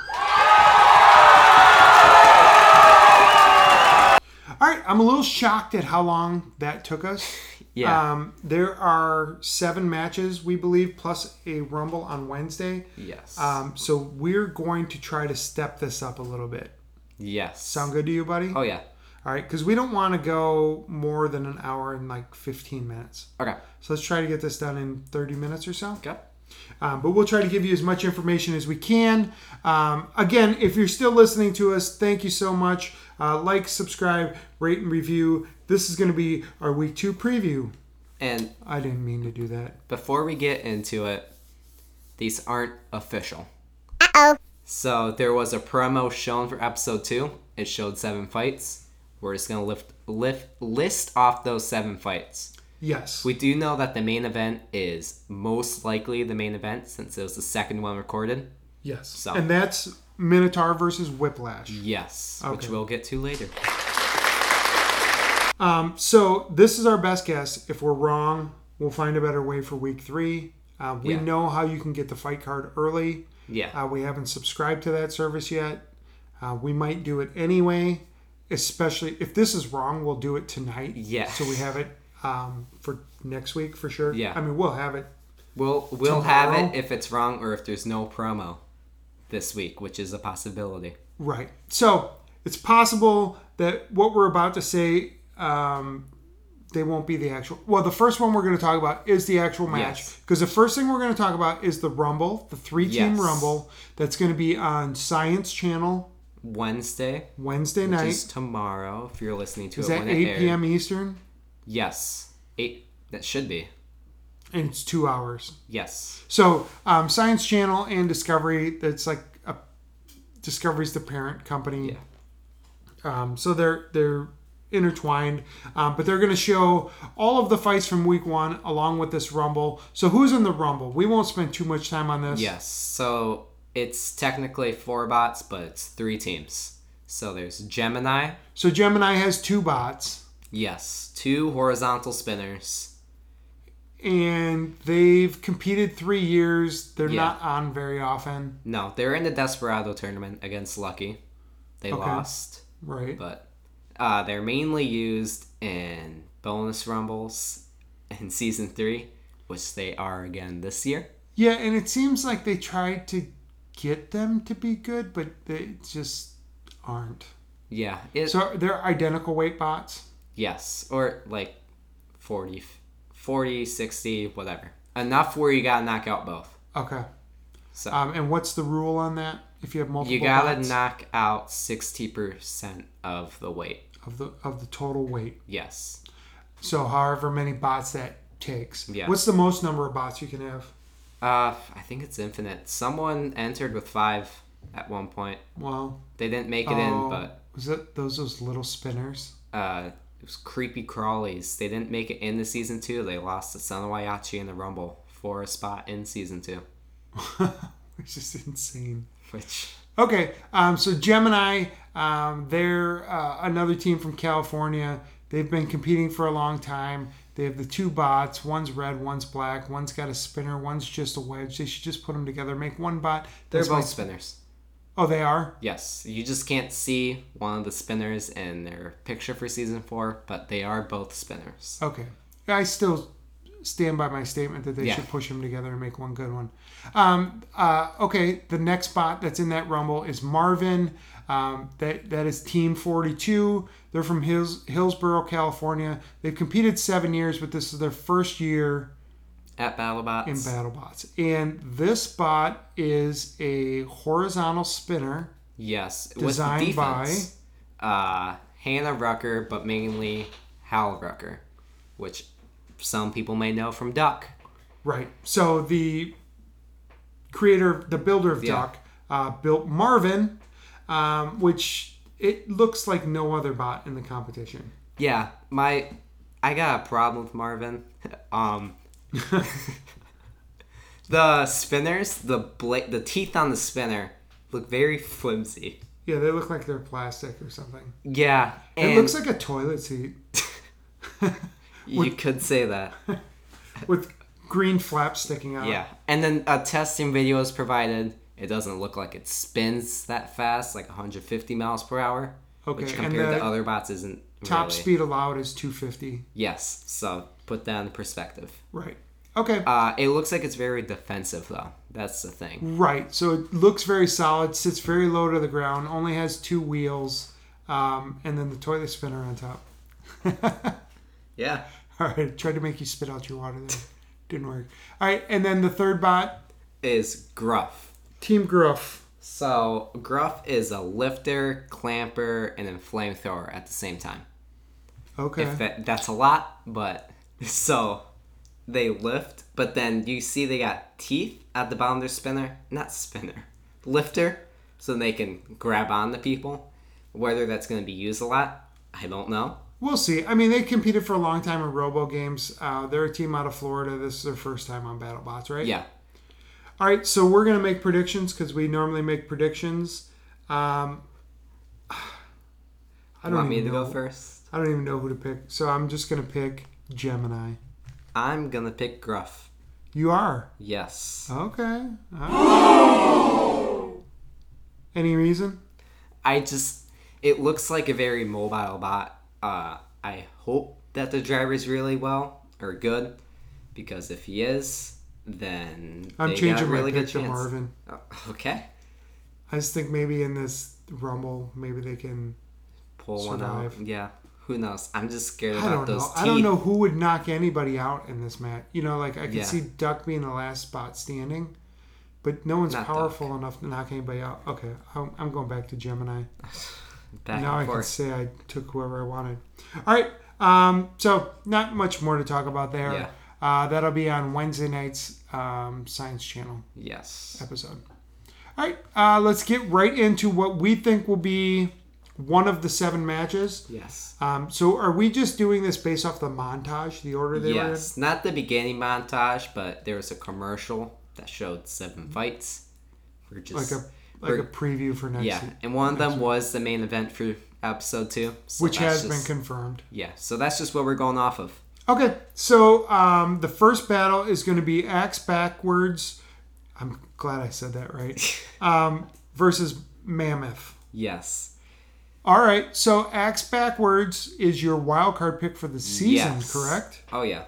All right, I'm a little shocked at how long that took us. Yeah. Um, there are seven matches, we believe, plus a Rumble on Wednesday. yes. Um, so we're going to try to step this up a little bit. yes. Sound good to you, buddy? Oh yeah. All right, because we don't want to go more than an hour and like 15 minutes. Okay. So let's try to get this done in 30 minutes or so. Okay. Um, but we'll try to give you as much information as we can. Um, again, if you're still listening to us, thank you so much. Uh, like, subscribe, rate, and review. This is going to be our week two preview. And I didn't mean to do that. before we get into it, these aren't official. Uh oh. So there was a promo shown for episode two. It showed seven fights. We're just gonna lift, lift, list off those seven fights. Yes. We do know that the main event is most likely the main event since it was the second one recorded. yes. So- And that's Minotaur versus Whiplash. Yes, which Okay. we'll get to later. Um, so this is our best guess. If we're wrong, we'll find a better way for week three. Uh, we Yeah. know how you can get the fight card early. Yeah. Uh, we haven't subscribed to that service yet. Uh, we might do it anyway, especially if this is wrong, we'll do it tonight. Yeah. So we have it um, for next week for sure. Yeah. I mean, we'll have it. We'll we'll have Tomorrow? it if it's wrong or if there's no promo this week, which is a possibility. Right. So it's possible that what we're about to say, um, they won't be the actual. Well, the first one we're going to talk about is the actual match Yes. because the first thing we're going to talk about is the Rumble, the three-team Yes. Rumble that's going to be on Science Channel Wednesday, Wednesday which night. is tomorrow, if you're listening to is it that when it 8 aired. p.m. Eastern? Yes, eight. That should be and it's two hours. yes. So um, Science Channel and Discovery, that's like a, Discovery's the parent company. Yeah. Um, so they're they're intertwined, um, but they're going to show all of the fights from Week One along with this Rumble. So who's in the Rumble? We won't spend too much time on this. Yes. So it's technically four bots, but it's three teams. So there's Gemini. So Gemini has two bots, Yes, two horizontal spinners. and they've competed three years. They're Yeah. not on very often, No, they're in the Desperado tournament against Lucky. They lost. right? but uh, they're mainly used in bonus rumbles in season three, which they are again this year. Yeah, and it seems like they tried to get them to be good, but they just aren't. Yeah, it, So they're identical weight bots. yes, or like 40, 40, 60, whatever. Enough where you gotta knock out both. Okay. So- um, and what's the rule on that? If you have multiple, You gotta bots knock out 60% of the weight. of the of the total weight. Yes. So however many bots that takes. Yeah. What's the most number of bots you can have? Uh, I think it's infinite. Someone entered with five at one point. Well, They didn't make it oh, in, but was that those those little spinners? uh, it was creepy crawlies. They didn't make it into season two. They lost to Sanawayachi in the Rumble for a spot in season two, It's just insane. which Okay, um, so Gemini, um, they're uh, another team from California. They've been competing for a long time. They have the two bots. One's red, one's black. One's got a spinner. One's just a wedge. They should just put them together. Make one bot. they're That's my- both spinners. Oh, they are. Yes, you just can't see one of the spinners in their picture for season four, but they are both spinners. Okay. I still stand by my statement that they Yeah. should push them together and make one good one. Um, uh, okay, the next bot that's in that rumble is Marvin. Um, that that is Team 42. They're from Hills, Hillsborough, California. They've competed seven years, but this is their first year at BattleBots. in BattleBots. And this bot is a horizontal spinner. yes, Designed with defense. Uh, Hannah Rucker, but mainly Hal Rucker, which some people may know from Duck. Right. So the creator, the builder of Yeah. Duck, uh, built Marvin, um, which it looks like no other bot in the competition. Yeah, my I got a problem with Marvin. um The spinners, the bla- the teeth on the spinner look very flimsy. Yeah, they look like they're plastic or something. Yeah, and It looks like a toilet seat you could say that. with green flaps sticking out. Yeah, and then a testing video is provided. It doesn't look like it spins that fast, like 150 miles per hour, Okay, which and compared the to other bots isn't Top really. speed allowed is 250. Yes, so put that in perspective. Right. Okay. Uh, it looks like it's very defensive though. That's the thing. Right. So it looks very solid, sits very low to the ground, only has two wheels, um, and then the toilet spinner on top. Yeah. All right. Tried to make you spit out your water there. Didn't work. All right. And then the third bot, Is gruff. Team Gruff. So Gruff is a lifter, clamper, and a flamethrower at the same time. Okay. If that, that's a lot, but so they lift, but then you see they got teeth at the bottom of their spinner, not spinner, lifter, so they can grab on to people. Whether that's going to be used a lot, I don't know. We'll see. I mean, they competed for a long time in Robo Games. Uh, they're a team out of Florida. This is their first time on BattleBots, right? Yeah, All right. So we're going to make predictions because we normally make predictions. Um, I don't want me even to know. go first? I don't even know who to pick. So I'm just going to pick Gemini. I'm gonna pick Gruff. You are. Yes. Okay. Alright. Any reason? I just it looks like a very mobile bot. Uh, I hope that the driver's really well or good, because if he is, then I'm they got a changing really my good pick to chance. Marvin. Oh, okay, I just think maybe in this rumble, maybe they can. pull one out. Survive. Yeah, who knows? I'm just scared I about don't those know. teeth. I don't know who would knock anybody out in this match. You know, like I could Yeah. see Duck being the last spot standing, but no one's Not powerful enough to knock anybody out. Okay, I'm, I'm going back to Gemini. Back now I and can forth. say I took whoever I wanted. All right. Um, so not much more to talk about there. Yeah. Uh, that'll be on Wednesday night's um, Science Channel Yes. episode. All right. Uh, let's get right into what we think will be one of the seven matches. Yes. Um, so are we just doing this based off the montage, the order they were in? Yes. Not the beginning montage, but there was a commercial that showed seven fights. We're Mm-hmm. Like just a like a preview for next yeah, week, and one of them was the main event for episode two, so which that's has just- been confirmed. Yeah, so that's just what we're going off of. Okay, so um, the first battle is going to be Axe Backwards. I'm glad I said that right. Um, versus Mammoth. Yes. All right, so Axe Backwards is your wild card pick for the season, Yes. correct? Oh yeah.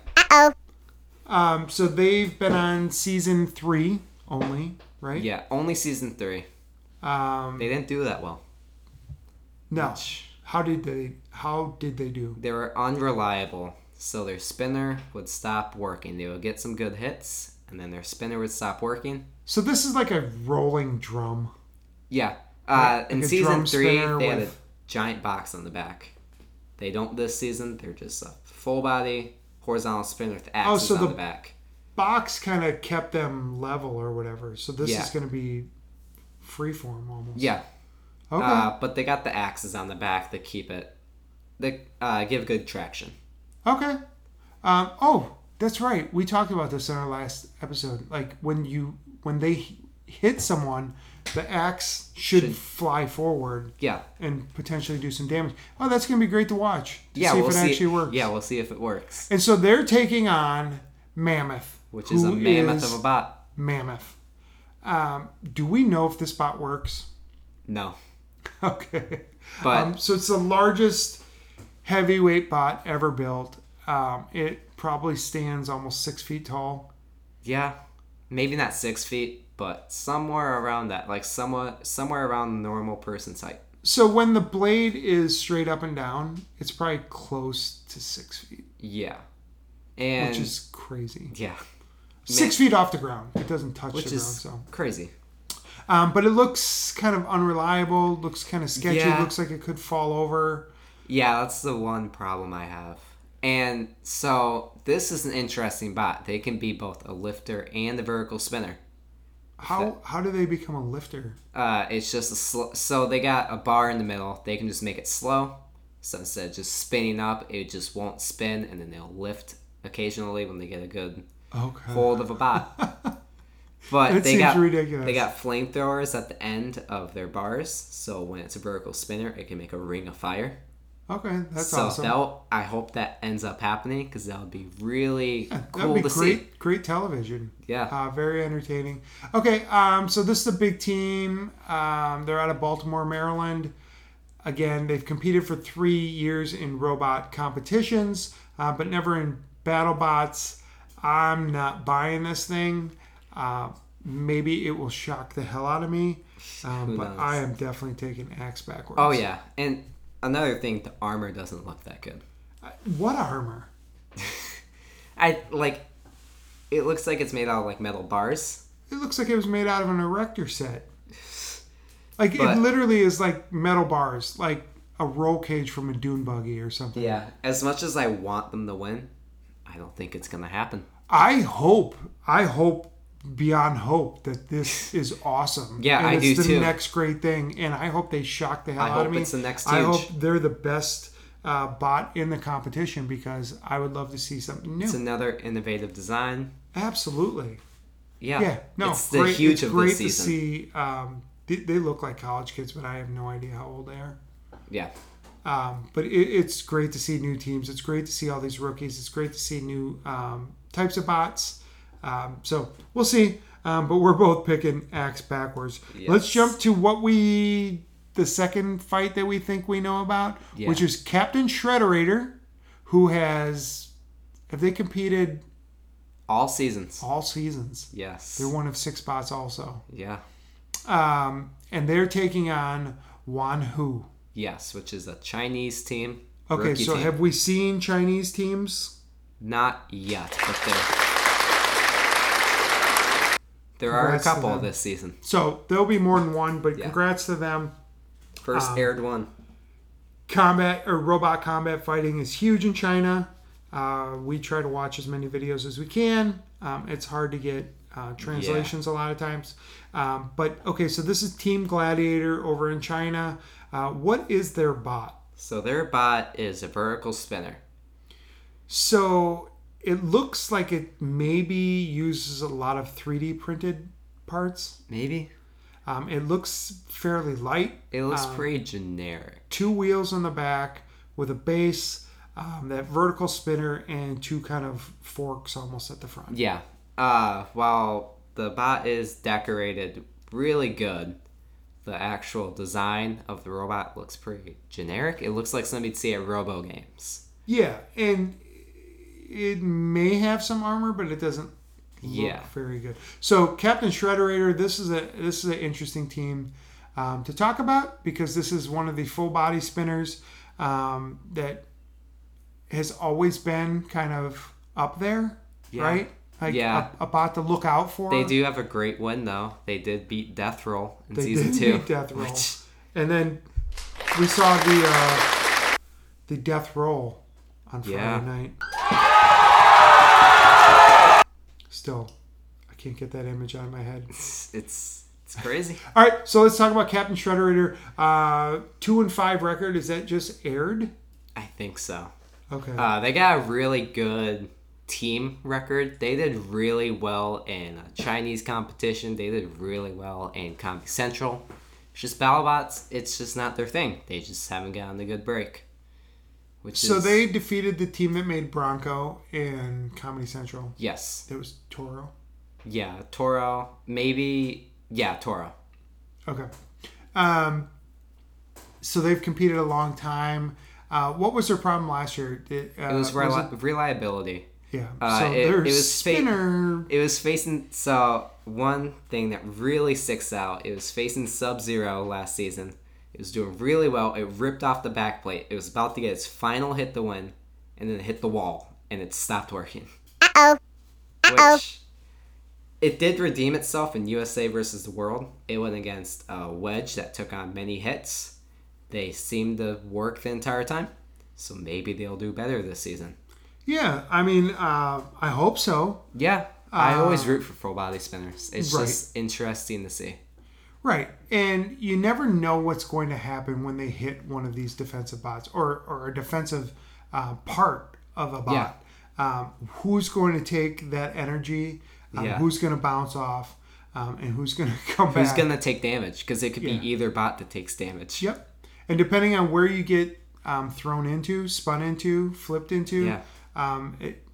Um, so they've been on season three only, right? Yeah. Only season three. Um, They didn't do that well. no. How did they? How did they do? They were unreliable. So their spinner would stop working. They would get some good hits, and then their spinner would stop working. So this is like a rolling drum. Yeah. Uh, in a season drum three, spinner they had a with- giant box on the back. They don't this season. They're just a full body horizontal spinner with axes Oh, so on the- the back. Box kind of kept them level or whatever. So this Yeah. is going to be freeform almost. Yeah. Okay. Uh, but they got the axes on the back that keep it, that uh, give good traction. uh, Okay. Um, oh, that's right. We talked about this in our last episode. Like when you when they h- hit someone, the axe should, Should- fly forward Yeah. and potentially do some damage. Oh, that's gonna be great to watch. To Yeah, see we'll if it see. actually works. Yeah, we'll see if it works. And so they're taking on Mammoth, Which is a who mammoth is of a bot. Mammoth. Um, do we know if this bot works? No, Okay. but Um, so it's the largest heavyweight bot ever built. Um, it probably stands almost six feet tall. yeah, maybe not six feet, but somewhere around that, like somewhat somewhere around normal person's height. So when the blade is straight up and down, it's probably close to six feet, Yeah, and which is crazy. yeah, six feet off the ground. It doesn't touch which the is ground. crazy. So, um, but it looks kind of unreliable. Looks kind of sketchy. Yeah. Looks like it could fall over. Yeah, that's the one problem I have. And so this is an interesting bot. They can be both a lifter and a vertical spinner. How how do they become a lifter? Uh, it's just a sl- so they got a bar in the middle. They can just make it slow. So instead of just spinning up, it just won't spin, and then they'll lift occasionally when they get a good Okay. hold of a bot. But That they seems got ridiculous. they got flamethrowers at the end of their bars, so when it's a vertical spinner, it can make a ring of fire. Okay, that's so awesome. that'll, I hope that ends up happening because that would be really cool That'd be to great, see. great television. Yeah. Uh, very entertaining. Okay, um, so this is a big team. Um, they're out of Baltimore, Maryland. Again, they've competed for three years in robot competitions, uh, but never in battle bots. I'm not buying this thing. Uh, maybe it will shock the hell out of me, um, Who but knows? I am definitely taking axe backwards. Oh yeah, and another thing, the armor doesn't look that good. What armor? I like. It looks like it's made out of like metal bars. It looks like it was made out of an erector set. Like But- it literally is like metal bars, like a roll cage from a dune buggy or something. Yeah. As much as I want them to win, I don't think it's gonna happen. I hope, I hope beyond hope that this is awesome. Yeah, and I it's do the too. next great thing, and I hope they shock the hell I out of hope me. it's the next I huge. hope they're the best uh, bot in the competition because I would love to see something new. It's another innovative design. Absolutely. Yeah. Yeah, no, It's the great, huge it's of great this season. to see. Um, they, they look like college kids, but I have no idea how old they are. Yeah. Um, but it, it's great to see new teams. It's great to see all these rookies. It's great to see new um, types of bots. Um, so we'll see. Um, but we're both picking axe backwards. Let's Yes. jump to what we the second fight that we think we know about, Yeah. which is Captain Shredderator, who has have they competed All seasons. all seasons? Yes. They're one of six bots also, Yeah. um, and they're taking on Wan Hu. Yes, which is a Chinese team. Okay, rookie so team. have we seen Chinese teams? Not yet, but there. There are a Congrats to couple them. this season. So there'll be more than one, but congrats to them. First Um, aired one. Combat or robot combat fighting is huge in China. Uh, we try to watch as many videos as we can. Um, it's hard to get uh, translations a lot of times. Um, but okay, so this is Team Gladiator over in China. Uh, what is their bot? So their bot is a vertical spinner. So it looks like it maybe uses a lot of 3D printed parts. Maybe Um, it looks fairly light. it looks Um, pretty generic. two wheels on the back with a base, um, that vertical spinner, and two kind of forks almost at the front. Yeah. Uh, while the bot is decorated really good, the actual design of the robot looks pretty generic. It looks like something you'd see at Robo Games. Yeah, and it may have some armor, but it doesn't. Look Yeah. very good. So Captain Shredderator, this is a this is an interesting team um, to talk about because this is one of the full body spinners um, that has always been kind of up there, right? Like Yeah. a, a bot to look out for. They do have a great win though. They did beat Death Roll in They season did two. beat Death Roll. which- And then we saw the uh, the death roll on Friday Yeah. night. Still, I can't get that image out of my head. it's it's, it's crazy. All right, so let's talk about Captain Shredderator. Uh, two and five record. Is that just aired? I think so. Okay. Uh, they got a really good team record. They did really well in a Chinese competition. They did really well in Comedy Central. It's just BattleBots. It's just not their thing. They just haven't gotten a good break. Which so is, they defeated the team that made Bronco in Comedy Central. yes That was Toro. yeah Toro maybe yeah Toro Okay. Um, so they've competed a long time. Uh, what was their problem last year? Did, uh, it was, was reli- reliability. it- yeah. uh, so it- their it was fake. spinner. It was facing so one thing that really sticks out. It was facing Sub Zero last season. It was doing really well. It ripped off the back plate. It was about to get its final hit to win, and then it hit the wall, and it stopped working. Uh oh. Which It did redeem itself in USA versus the World. It went against uh, Wedge that took on many hits. They seemed to work the entire time, so maybe they'll do better this season. Yeah, I mean, uh, I hope so. Yeah, I always root for full body spinners. It's Uh, Right. just interesting to see. Right, and you never know what's going to happen when they hit one of these defensive bots or or a defensive uh, part of a bot. Um, who's going to take that energy? Um, Yeah. Who's going to bounce off? Um, and who's going to come Who's back? gonna take damage? Because it could Yeah. be either bot that takes damage. Yep. And depending on where you get um, thrown into, spun into, flipped into, Yeah. um, it,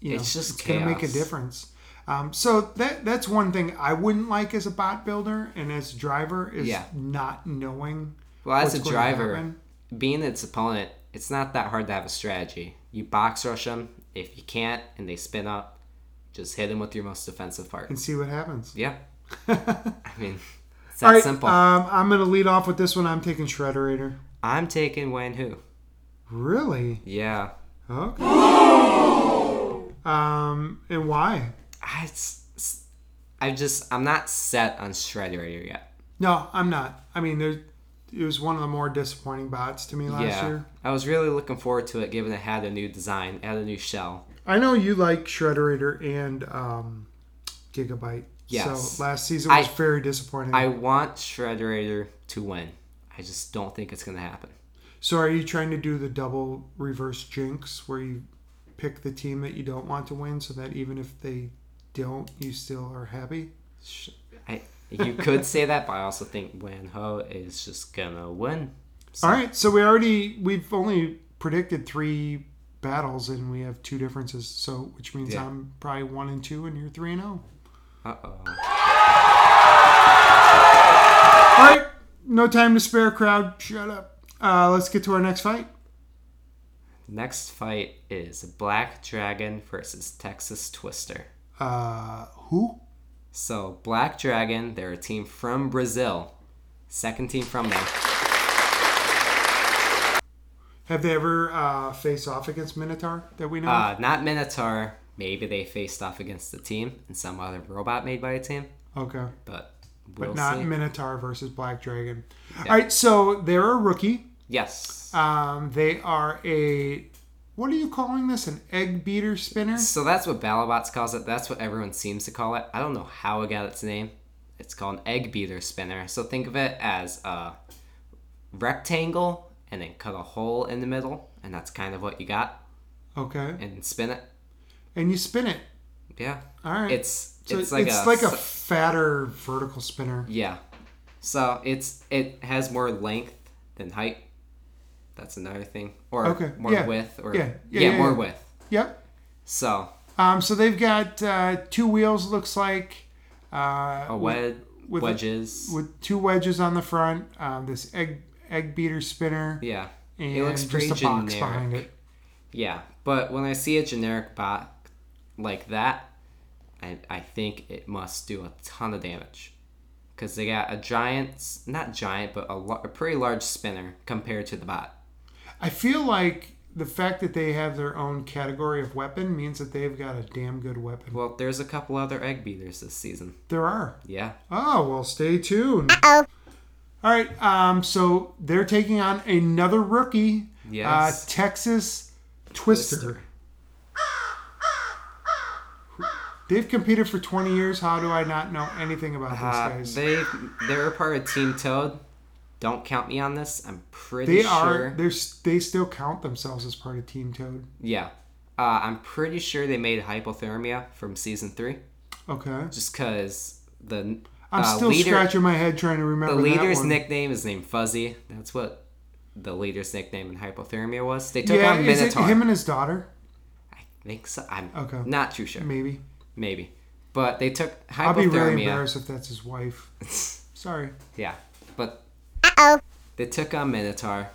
you know, It's just it's going to make a chaos. difference. Um, so that that's one thing I wouldn't like as a bot builder and as a driver is Yeah. not knowing. Well, as what's a going to driver, happen. being its opponent, it's not that hard to have a strategy. You box rush them. If you can't and they spin up, just hit them with your most defensive part. and see what happens. Yeah. I mean, it's that All right, simple. Um, I'm going to lead off with this one. I'm taking Shredderator. I'm taking Wen Who. Really? Yeah. Okay. um, and why? I, s- s- I just, I'm not set on Shredderator yet. No, I'm not. I mean, there, it was one of the more disappointing bots to me last yeah. year. I was really looking forward to it given it had a new design, had a new shell. I know you like Shredderator and um, Gigabyte. Yes. So last season was I- very disappointing. I want Shredderator to win. I just don't think it's going to happen. so are you trying to do the double reverse jinx where you pick the team that you don't want to win so that even if they don't, you still are happy? Sh- I, you could say that, but I also think Wen Ho is just gonna win. So, All right. So we already we've only predicted three battles and we have two differences. So which means Yeah. I'm probably one and two and you're three and zero. uh oh. All right. No time to spare, crowd. Shut up. Uh, let's get to our next fight. Next fight is Black Dragon versus Texas Twister. Uh, who? So Black Dragon, they're a team from Brazil, second team from them. Have they ever uh, faced off against Minotaur that we know? Uh, not Minotaur. Maybe they faced off against the team and some other robot made by a team, of? Okay. but But we'll not see. Minotaur versus Black Dragon. All right. So they're a rookie. yes. Um, they are a. What are you calling this? An egg beater spinner? So that's what BattleBots calls it. That's what everyone seems to call it. I don't know how it got its name. It's called an egg beater spinner. So think of it as a rectangle and then cut a hole in the middle, and that's kind of what you got, Okay. and spin it. And you spin it. Yeah. All right. It's Uh, So it's like a, fatter vertical spinner. yeah. So it's it has more length than height. That's another thing, or Okay, more yeah. width, or Yeah, yeah, yeah, more yeah. width. Yep. So Um, so they've got uh, two wheels. Looks like uh, a wedge, with a- wedges. with two wedges on the front. Um, this egg egg beater spinner. yeah, And it looks pretty just a generic. box behind it. Yeah, but when I see a generic bot like that, I, I think it must do a ton of damage. Because they got a giant, s- not giant, but a, lar- a pretty large spinner compared to the bot. I feel like the fact that they have their own category of weapon means that they've got a damn good weapon. Well, there's a couple other egg beaters this season. There are. Yeah. Oh well, stay tuned. All right. Um, so they're taking on another rookie. Yes. Uh, Texas Twister. Twister. They've competed for 20 years. How do I not know anything about these Uh, guys? They, they, they're a part of Team Toad. Don't count me on this. I'm pretty sure. are. They're, s- they still count themselves as part of Team Toad. Yeah. Uh, I'm pretty sure they made Hypothermia from season three. Okay. Just because the. I'm uh, still leader, scratching my head trying to remember The that leader's one. nickname is named Fuzzy. That's what the leader's nickname in hypothermia was. They took Yeah, on is it Minotaur. him and his daughter? I think so. I'm Okay. not too sure. Maybe. Maybe. But they took hypothermia. I'll be really embarrassed if that's his wife. Sorry. Yeah. But they took on Minotaur.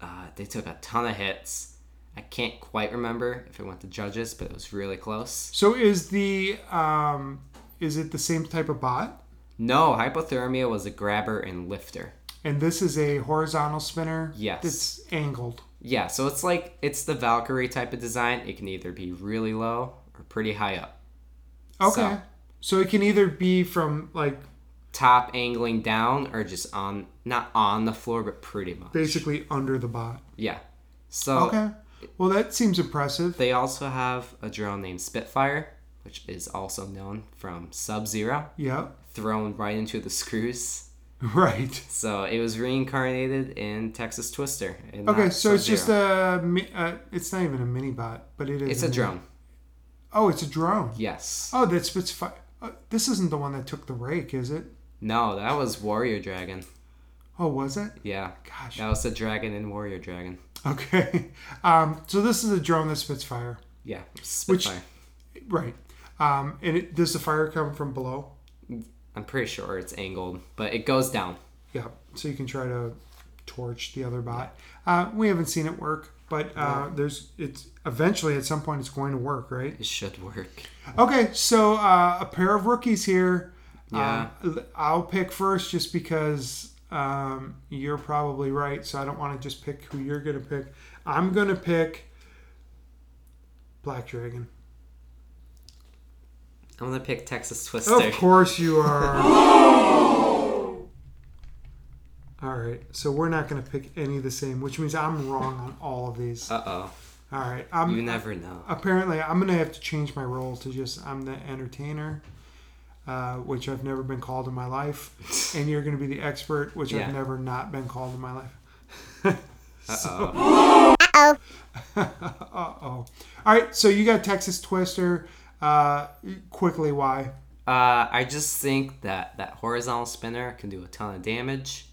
Uh, they took a ton of hits. I can't quite remember if it went to judges, but it was really close. So is the um, is it the same type of bot? No, hypothermia was a grabber and lifter. And this is a horizontal spinner. Yes. That's angled. Yeah, so it's like it's the Valkyrie type of design. It can either be really low or pretty high up. Okay. So, So it can either be from like Top angling down or just on, not on the floor, but pretty much. basically under the bot. Yeah. So Okay. Well, that seems impressive. they also have a drone named Spitfire, which is also known from Sub Zero, Yeah. thrown right into the screws. Right. So it was reincarnated in Texas Twister. and Okay, not so it's just Sub-Zero. a mi- uh, it's not even a mini bot, but it is. It's a mini- drone. Oh, it's a drone. Yes. Oh, that's what's. Fi- uh, this isn't the one that took the rake, is it? No, that was Warrior Dragon. Oh, was it? Yeah. Gosh. That was the dragon in Warrior Dragon. Okay. Um, so this is a drone that spits fire. Yeah. Which- Spitfire. Right. Um, and it, does the fire come from below? I'm pretty sure it's angled, but it goes down. Yeah. So you can try to torch the other bot. Uh, we haven't seen it work, but uh, there's it's eventually at some point it's going to work, right? It should work. Okay, so uh, a pair of rookies here. Yeah. Um, I'll pick first just because um, you're probably right, so I don't want to just pick who you're going to pick. I'm going to pick Black Dragon. I'm gonna pick Texas Twister. Of course you are. all right, so we're not going to pick any the same, which means I'm wrong on all of these. Uh oh. All right, I'm You never know. apparently i'm gonna have to change my role to just i'm the entertainer uh, which i've never been called in my life and you're gonna be the expert which Yeah. i've never not been called in my life Uh so, oh. uh-oh all right so you got texas twister uh, quickly why Uh, I just think that that horizontal spinner can do a ton of damage.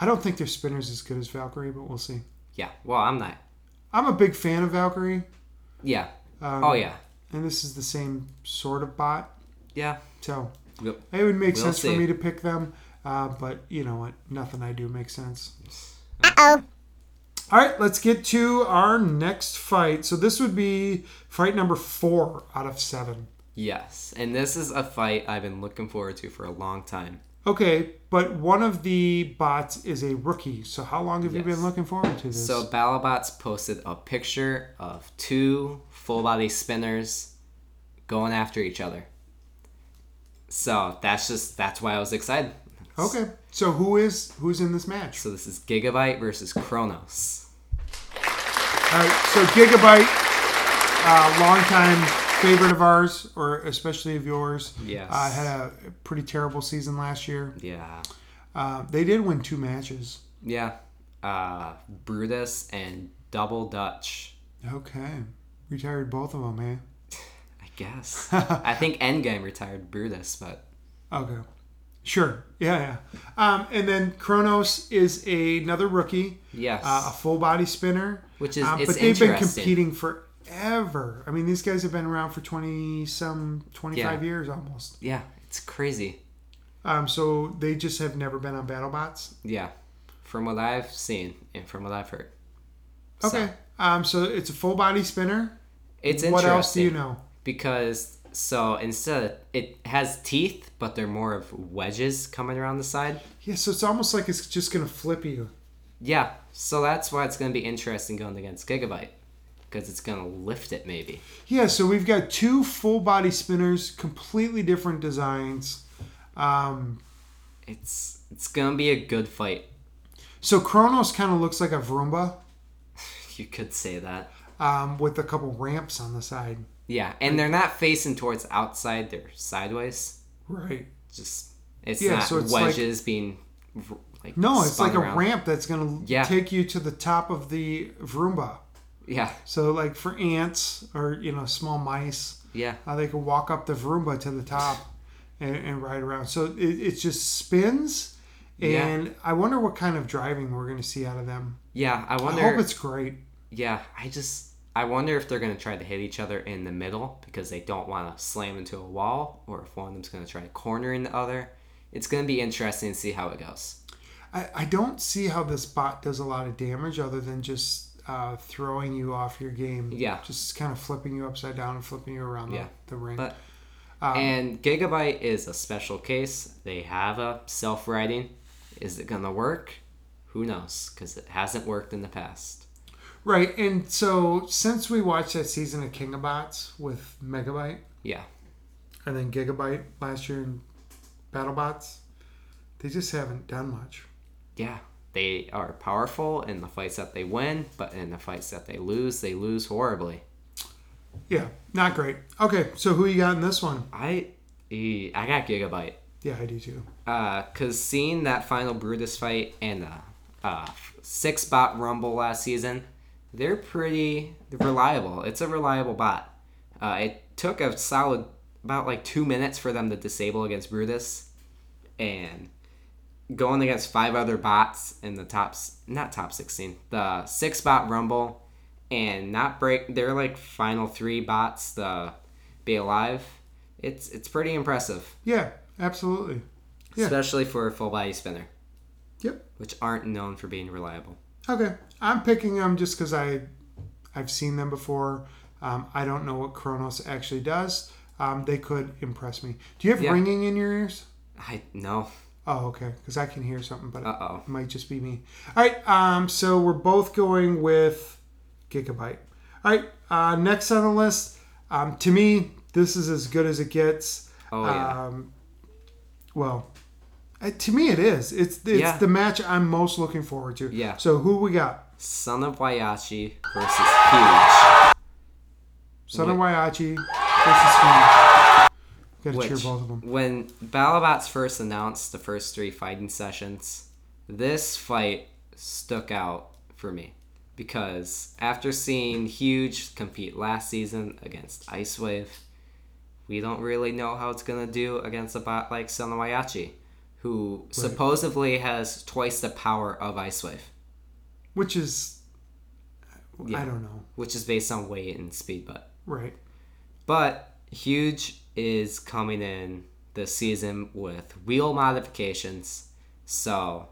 i don't think their spinner's as good as valkyrie but we'll see Yeah. Well, I'm not. i'm a big fan of valkyrie Yeah. um, Oh yeah. and this is the same sort of bot Yeah. so Yep. it would make We'll sense see. for me to pick them uh, but you know what nothing i do makes sense All right, let's get to our next fight. So this would be fight number four out of seven. Yes. And this is a fight I've been looking forward to for a long time. Okay, but one of the bots is a rookie. So how long have you Yes. been looking forward to this? So BattleBots posted a picture of two full body spinners going after each other. So that's just that's why I was excited. okay, so who is who's in this match? So this is Gigabyte versus Kronos. All right, so Gigabyte, uh, longtime favorite of ours, or especially of yours. Yes. uh, had a pretty terrible season last year. Yeah. Uh, they did win two matches. Yeah. Uh Brutus and Double Dutch. Okay, retired both of eh? them, man. I guess. I think Endgame retired Brutus, but Okay. Sure. Yeah, yeah. Um, and then Kronos is a, another rookie, yes. uh, a full body spinner. Which is- um, it's but they've been interesting. competing forever. I mean, these guys have been around for twenty some twenty five Yeah. years almost. yeah, it's crazy. Um, so they just have never been on BattleBots. Yeah. From what I've seen and from what I've heard. So, Okay. Um, so it's a full body spinner. it's interesting. What else do you know? because so instead of, it has teeth but they're more of wedges coming around the side Yeah, so it's almost like it's just gonna flip you. yeah so that's why it's going to be interesting going against gigabyte because it's going to lift it maybe Yeah, so we've got two full body spinners, completely different designs. Um, it's it's going to be a good fight So Kronos kind of looks like a Vroomba you could say that um, with a couple ramps on the side. yeah and they're not facing towards outside they're sideways Right. just it's Yeah, not so it's like- wedges being v- like No, it's spun like a around. ramp that's going to Yeah. take you to the top of the Vroomba. yeah So like for ants or you know small mice, yeah uh, they can walk up the Vroomba to the top and, and ride around. So it, it just spins. Yeah. And I wonder what kind of driving we're going to see out of them. yeah i I wonder hope it's great. Yeah, I just I wonder if they're gonna try to hit each other in the middle because they don't want to slam into a wall, or if one of them's gonna try cornering the other. It's gonna be interesting to see how it goes. I, I don't see how this bot does a lot of damage other than just uh, throwing you off your game. Yeah. Just kind of flipping you upside down and flipping you around Yeah. the, the ring. But- and Gigabyte is a special case. They have a self-writing. Is it gonna work? Who knows? Because it hasn't worked in the past. right. And so since we watched that season of King of Bots with Megabyte, Yeah, and then Gigabyte last year and BattleBots. They just haven't done much. yeah, they are powerful in the fights that they win, but in the fights that they lose, they lose horribly. Yeah, not great. Okay, so who you got in this one? I eh, I got Gigabyte. Yeah, I do too. Uh, cause seeing that final Brutus fight and the uh, six bot rumble last season, they're pretty reliable. It's a reliable bot. Uh, it took a solid about like two minutes for them to disable against Brutus, and going against five other bots in the top s- not top 16 the six bot rumble and not break they're like final three bots to be alive it's it's pretty impressive Yeah, absolutely. Yeah. especially for a full body spinner Yep. which aren't known for being reliable Okay, I'm picking them just because I, I've seen them before. Um, I don't know what Kronos actually does. Um, they could impress me. Do you have Yeah. ringing in your ears? i no Oh, okay, because I can hear something, but Uh-oh. it might just be me. All right, um, so we're both going with Gigabyte. All right, uh, next on the list, um, to me, this is as good as it gets. oh yeah Um, well, uh, to me, it is. It's it's Yeah. the match I'm most looking forward to. Yeah. So who we got? son of Wayashi versus Son of Wait. Waiachi versus Phoenix. Gotta huge cheer which both of them. when Balabots first announced the first three fighting sessions this fight stuck out for me because after seeing Huge compete last season against Ice Wave, we don't really know how it's gonna do against a bot like Sonowayachi, who supposedly has twice the power of Ice Wave, Which is, I Yeah. don't know. which is based on weight and speed, but Right. But Huge is coming in this season with wheel modifications. So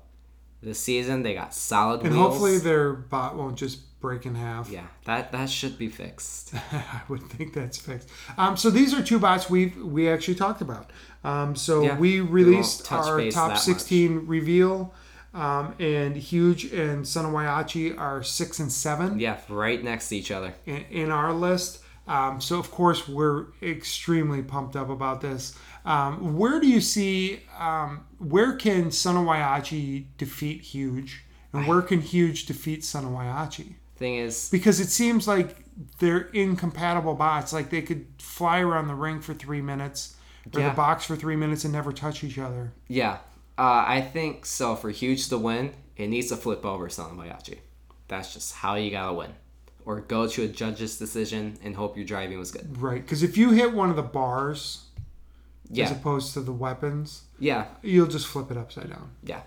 this season they got solid And wheels. hopefully their bot won't just break in half. yeah, that that should be fixed. I would think that's fixed. Um, so these are two bots we we actually talked about. Um, so Yeah, we we won't released touch our base top that 16 reveal, um, and Huge and Son of Waiachi are six and seven Yeah, right next to each other. in, in our list. Um, so of course we're extremely pumped up about this. Um, where do you see um, where can Son of Waiachi defeat Huge, and where can Huge defeat Son of Waiachi? Thing is, because it seems like they're incompatible bots. Like they could fly around the ring for three minutes or Yeah. the box for three minutes and never touch each other. yeah, uh, I think so. For Huge to win, it needs to flip over Sonamayachi. That's just how you gotta win, or go to a judge's decision and hope your driving was good. Right. Because if you hit one of the bars as Yeah, opposed to the weapons, yeah, you'll just flip it upside down. yeah.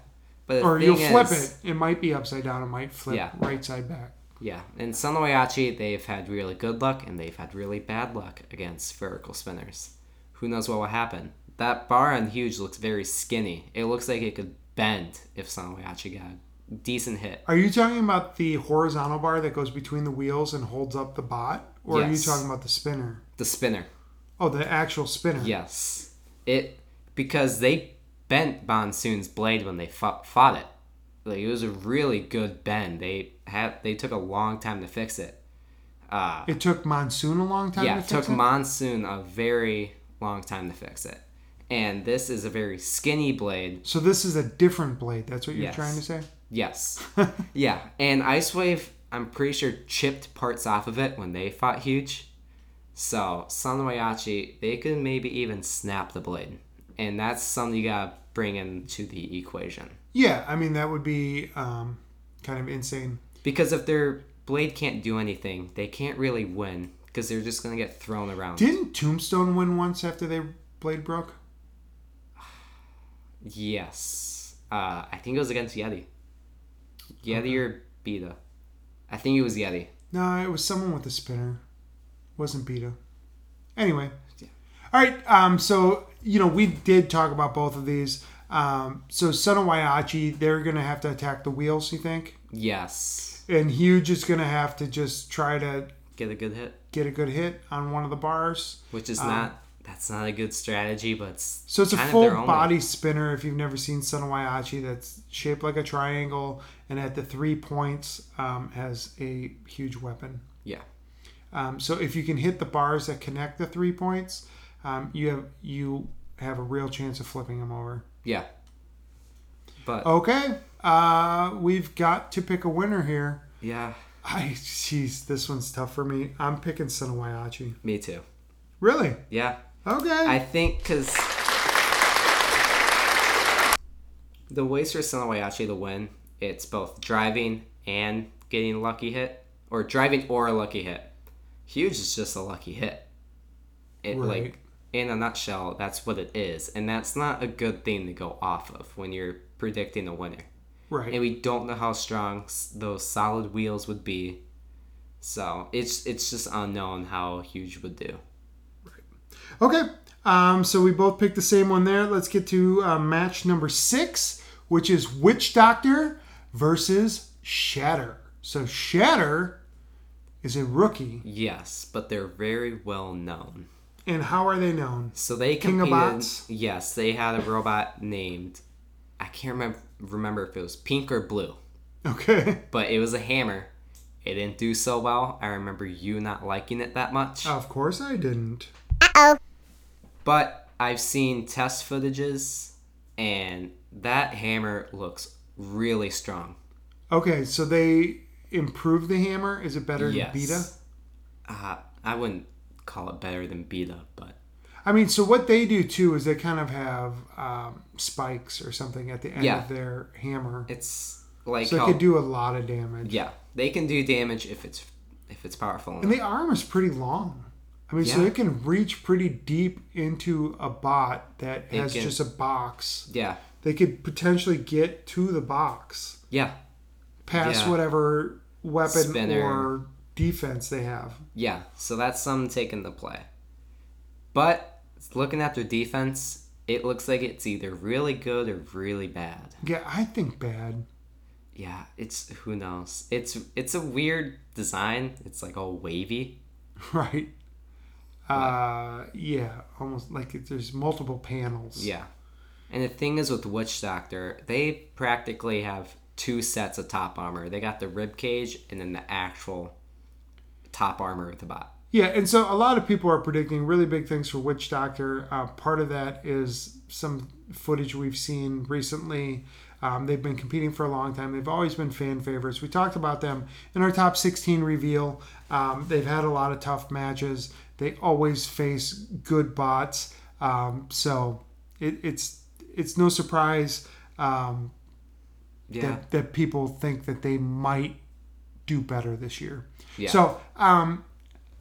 But the Or you'll thing flip is- it. It might be upside down. It might flip Yeah. right side back. Yeah, and Sanoyachi, they've had really good luck and they've had really bad luck against spherical spinners. Who knows what will happen? That bar on Huge looks very skinny. It looks like it could bend if Sanoyachi got a decent hit. Are you talking about the horizontal bar that goes between the wheels and holds up the bot? Or are you Yes. talking about the spinner? The spinner, Oh, the actual spinner. yes. It because they bent Bonsoon's blade when they fought, fought it. Like it was a really good bend. They had they took a long time to fix it. Uh, It took Monsoon a long time yeah, to it fix took it? Monsoon a very long time to fix it. And this is a very skinny blade. So this is a different blade. That's what you're Yes. trying to say. Yes. yeah, and Ice Wave, I'm pretty sure, chipped parts off of it when they fought Huge. So, Sanoyachi, they could maybe even snap the blade. And that's something you gotta bring into the equation. Yeah, I mean that would be um, kind of insane. Because if their blade can't do anything, they can't really win because they're just gonna get thrown around. Didn't Tombstone win once after they blade broke? Yes. Uh, I think it was against Yeti. Yeti or Beta. I think it was Yeti. No, it was someone with a spinner. wasn't Beta. Anyway. All right. Um, so you know we did talk about both of these. Um, so Son of Waiachi, they're gonna have to attack the wheels. You think? Yes. And Huge is gonna have to just try to Get a good hit. Uh, get a good hit on one of the bars. Which is not that's not a good strategy, but it's So it's a kind of full their only- body spinner. If you've never seen Sunwayachi, that's shaped like a triangle, and at the three points um, has a huge weapon. Yeah. Um, so if you can hit the bars that connect the three points, um, you have you have a real chance of flipping them over. Yeah. But Okay, uh, we've got to pick a winner here. yeah, I jeez, this one's tough for me. I'm picking Sinawayachi. me too. Really? Yeah. Okay. I think because the ways for Sanawayachi to win, it's both driving and getting a lucky hit, or driving or a lucky hit. Huge is just a lucky hit. It Right. like in a nutshell, that's what it is, and that's not a good thing to go off of when you're predicting a winner. right. And we don't know how strong s- those solid wheels would be, so it's it's just unknown how huge would do. Okay. Um, so we both picked the same one there. Let's get to uh, match number six, which is Witch Doctor versus Shatter. So Shatter is a rookie, Yes, but they're very well known. and how are they known? So they King of competed. Bots? Yes, they had a robot named I can't remember remember if it was pink or blue, Okay. but it was a hammer. It didn't do so well. I remember you not liking it that much. Of course I didn't. But I've seen test footages and that hammer looks really strong. Okay, so they improved the hammer. Is it better Yes. than Beta? Uh, I wouldn't call it better than Beta, but I mean, so what they do too is they kind of have um, spikes or something at the end Yeah. of their hammer, it's like so it how- could do a lot of damage. yeah, they can do damage if it's if it's powerful. enough. And the arm is pretty long. I mean, so Yeah. it can reach pretty deep into a bot that has can. just a box. yeah, They could potentially get to the box, yeah. past Yeah. whatever weapon Spinner. or defense they have. Yeah, so that's some taking the play. But looking at their defense, it looks like it's either really good or really bad. Yeah, I think bad. Yeah, it's who knows. It's it's a weird design. It's like all wavy. Right. Uh, yeah, almost like it, there's multiple panels. Yeah. And the thing is with Witch Doctor, they practically have two sets of top armor. They got the rib cage and then the actual top armor with the bot. Yeah, and so a lot of people are predicting really big things for Witch Doctor. Uh, part of that is some footage we've seen recently. Um, they've been competing for a long time. They've always been fan favorites. We talked about them in our top 16 reveal. Um, they've had a lot of tough matches. They always face good bots. Um, so it, it's it's no surprise um, Yeah. that, that people think that they might do better this year. Yeah. So um,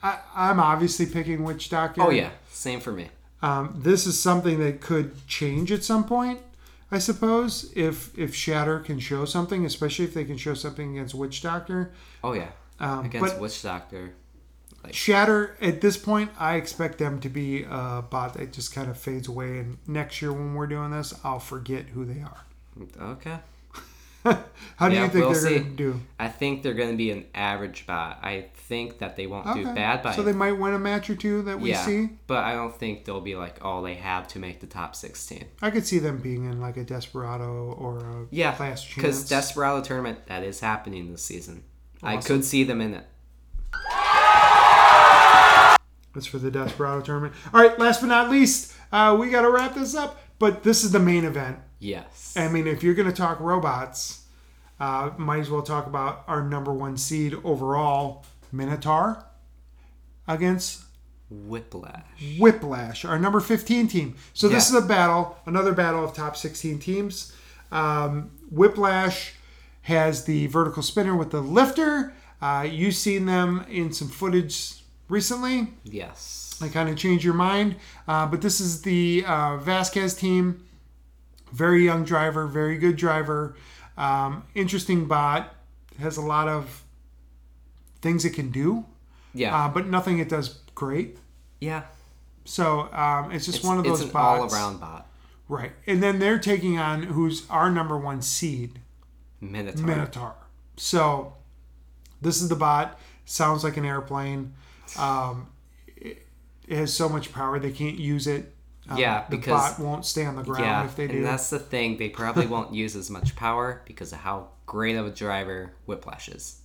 I, I'm obviously picking Witch Doctor. Oh yeah, same for me. Um, this is something that could change at some point, I suppose, if if Shatter can show something, especially if they can show something against Witch Doctor. Oh yeah. Against Witch Doctor. Shatter at this point, I expect them to be a bot that just kind of fades away. And next year when we're doing this, I'll forget who they are. Okay. How do Yeah, you think we'll they're see. going to do? I think they're going to be an average bot. I think that they won't do bad by so they might win a match or two that we yeah, see. but I don't think they'll be like, oh, they have to make the top sixteen. I could see them being in like a Desperado or a Yeah, Class because Chance. Desperado tournament that is happening this season. I could see them in it. That's for the Desperado tournament. All right, last but not least, uh, we got to wrap this up. But this is the main event. Yes. I mean, if you're going to talk robots, uh, might as well talk about our number one seed overall, Minotaur, against Whiplash. Whiplash, our number 15 team. So this Yeah. is a battle, another battle of top 16 teams. Um, Whiplash has the vertical spinner with the lifter. Uh, you've seen them in some footage recently Yes. and kind of change your mind. Uh, but this is the uh, Vasquez team. Very young driver, very good driver, um, interesting bot. Has a lot of things it can do, Yeah. uh, but nothing it does great. yeah. So um, it's just one of it's those an bots, all-around bot. right? And then they're taking on who's our number one seed, Minotaur. Minotaur. So this is the bot. Sounds like an airplane. Um, it, it has so much power they can't use it. Um, Yeah, the because- bot won't stay on the ground yeah, if they do. and that's the thing. They probably won't use as much power because of how great of a driver Whiplash is.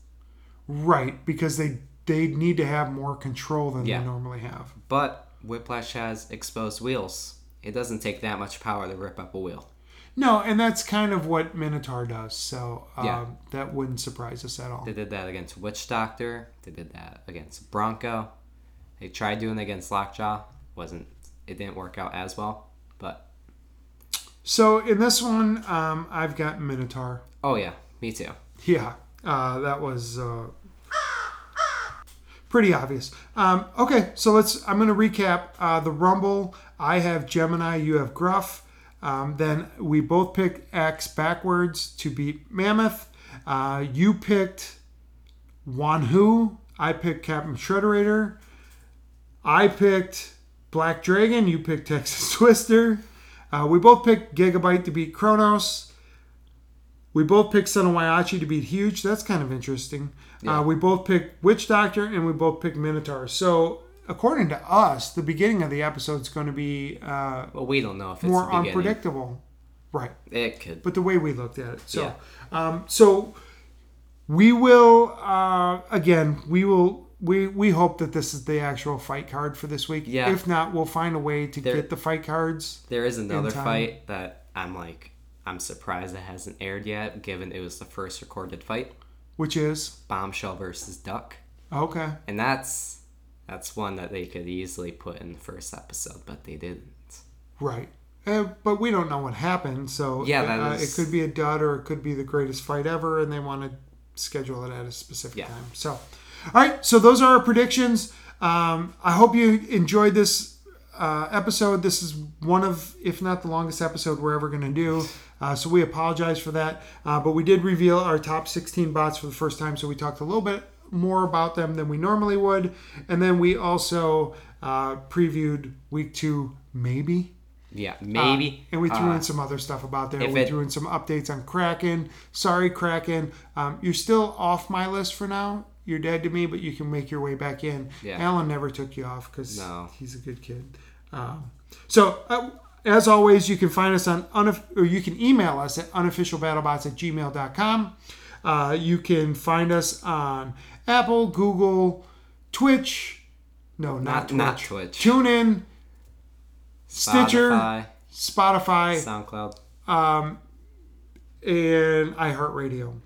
Right, because they they need to have more control than Yeah. they normally have. But Whiplash has exposed wheels. It doesn't take that much power to rip up a wheel. No, and that's kind of what Minotaur does. So um, Yeah. that wouldn't surprise us at all. They did that against Witch Doctor. They did that against Bronco. They tried doing it against Lockjaw. wasn't It didn't work out as well. But So in this one, um, I've got Minotaur. oh yeah, me too. Yeah, uh, that was uh, pretty obvious. Um, okay, so let's. I'm going to recap uh, the Rumble. I have Gemini. You have Gruff. Um, then we both picked Axe backwards to beat Mammoth. Uh, you picked Wanhu. I picked Captain Shredderator. I picked Black Dragon. You picked Texas Twister. Uh, we both picked Gigabyte to beat Kronos. We both picked Senawayachi to beat Huge. That's kind of interesting. Uh, we both picked Witch Doctor and we both picked Minotaur. So, according to us, the beginning of the episode is going to be uh, Well, we don't know if it's more the beginning. unpredictable. Right. It could. But the way we looked at it. So, um, so we will, uh, again, we will. We, we hope that this is the actual fight card for this week. Yeah. If not, we'll find a way to There- get the fight cards. There is another time. fight that I'm like, I'm surprised it hasn't aired yet, given it was the first recorded fight. Which is Bombshell versus Duck, okay. and that's that's one that they could easily put in the first episode, but they didn't. Right. Uh, but we don't know what happened, so Yeah, that uh, is- it could be a dud or it could be the greatest fight ever, and they want to schedule it at a specific Yeah. time. So, all right, so those are our predictions. Um, I hope you enjoyed this uh, episode. This is one of, if not the longest episode we're ever going to do. Uh, so we apologize for that, uh, but we did reveal our top 16 bots for the first time, so we talked a little bit more about them than we normally would, and then we also uh, previewed week two, maybe. Yeah, Uh, maybe. And we threw Uh, in some other stuff about there. if We it- threw in some updates on Kraken. Sorry, Kraken. Um, you're still off my list for now. You're dead to me, but you can make your way back in. Yeah. Alan never took you off because No. he's a good kid. Um, so, uh, as always, you can find us on, unof- or you can email us at unofficialbattlebots at gmail.com. Uh, you can find us on Apple, Google, Twitch. No, not, Twitch. not Twitch. Tune in, Stitcher, Spotify, Spotify SoundCloud. and iHeartRadio.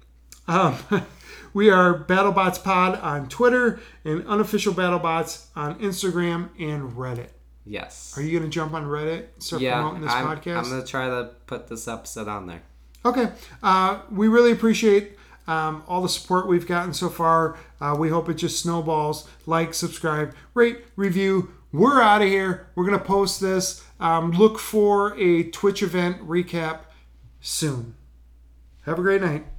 Um, we are BattleBots Pod on Twitter and unofficial BattleBots on Instagram and Reddit. Yes. Are you going to jump on Reddit? Start yeah, promoting this I'm, podcast? I'm gonna try to put this episode on there. Okay. Uh, we really appreciate um, all the support we've gotten so far. Uh, we hope it just snowballs. Like, subscribe, rate, review. We're out of here. We're going to post this. Um, look for a Twitch event recap soon. Have a great night.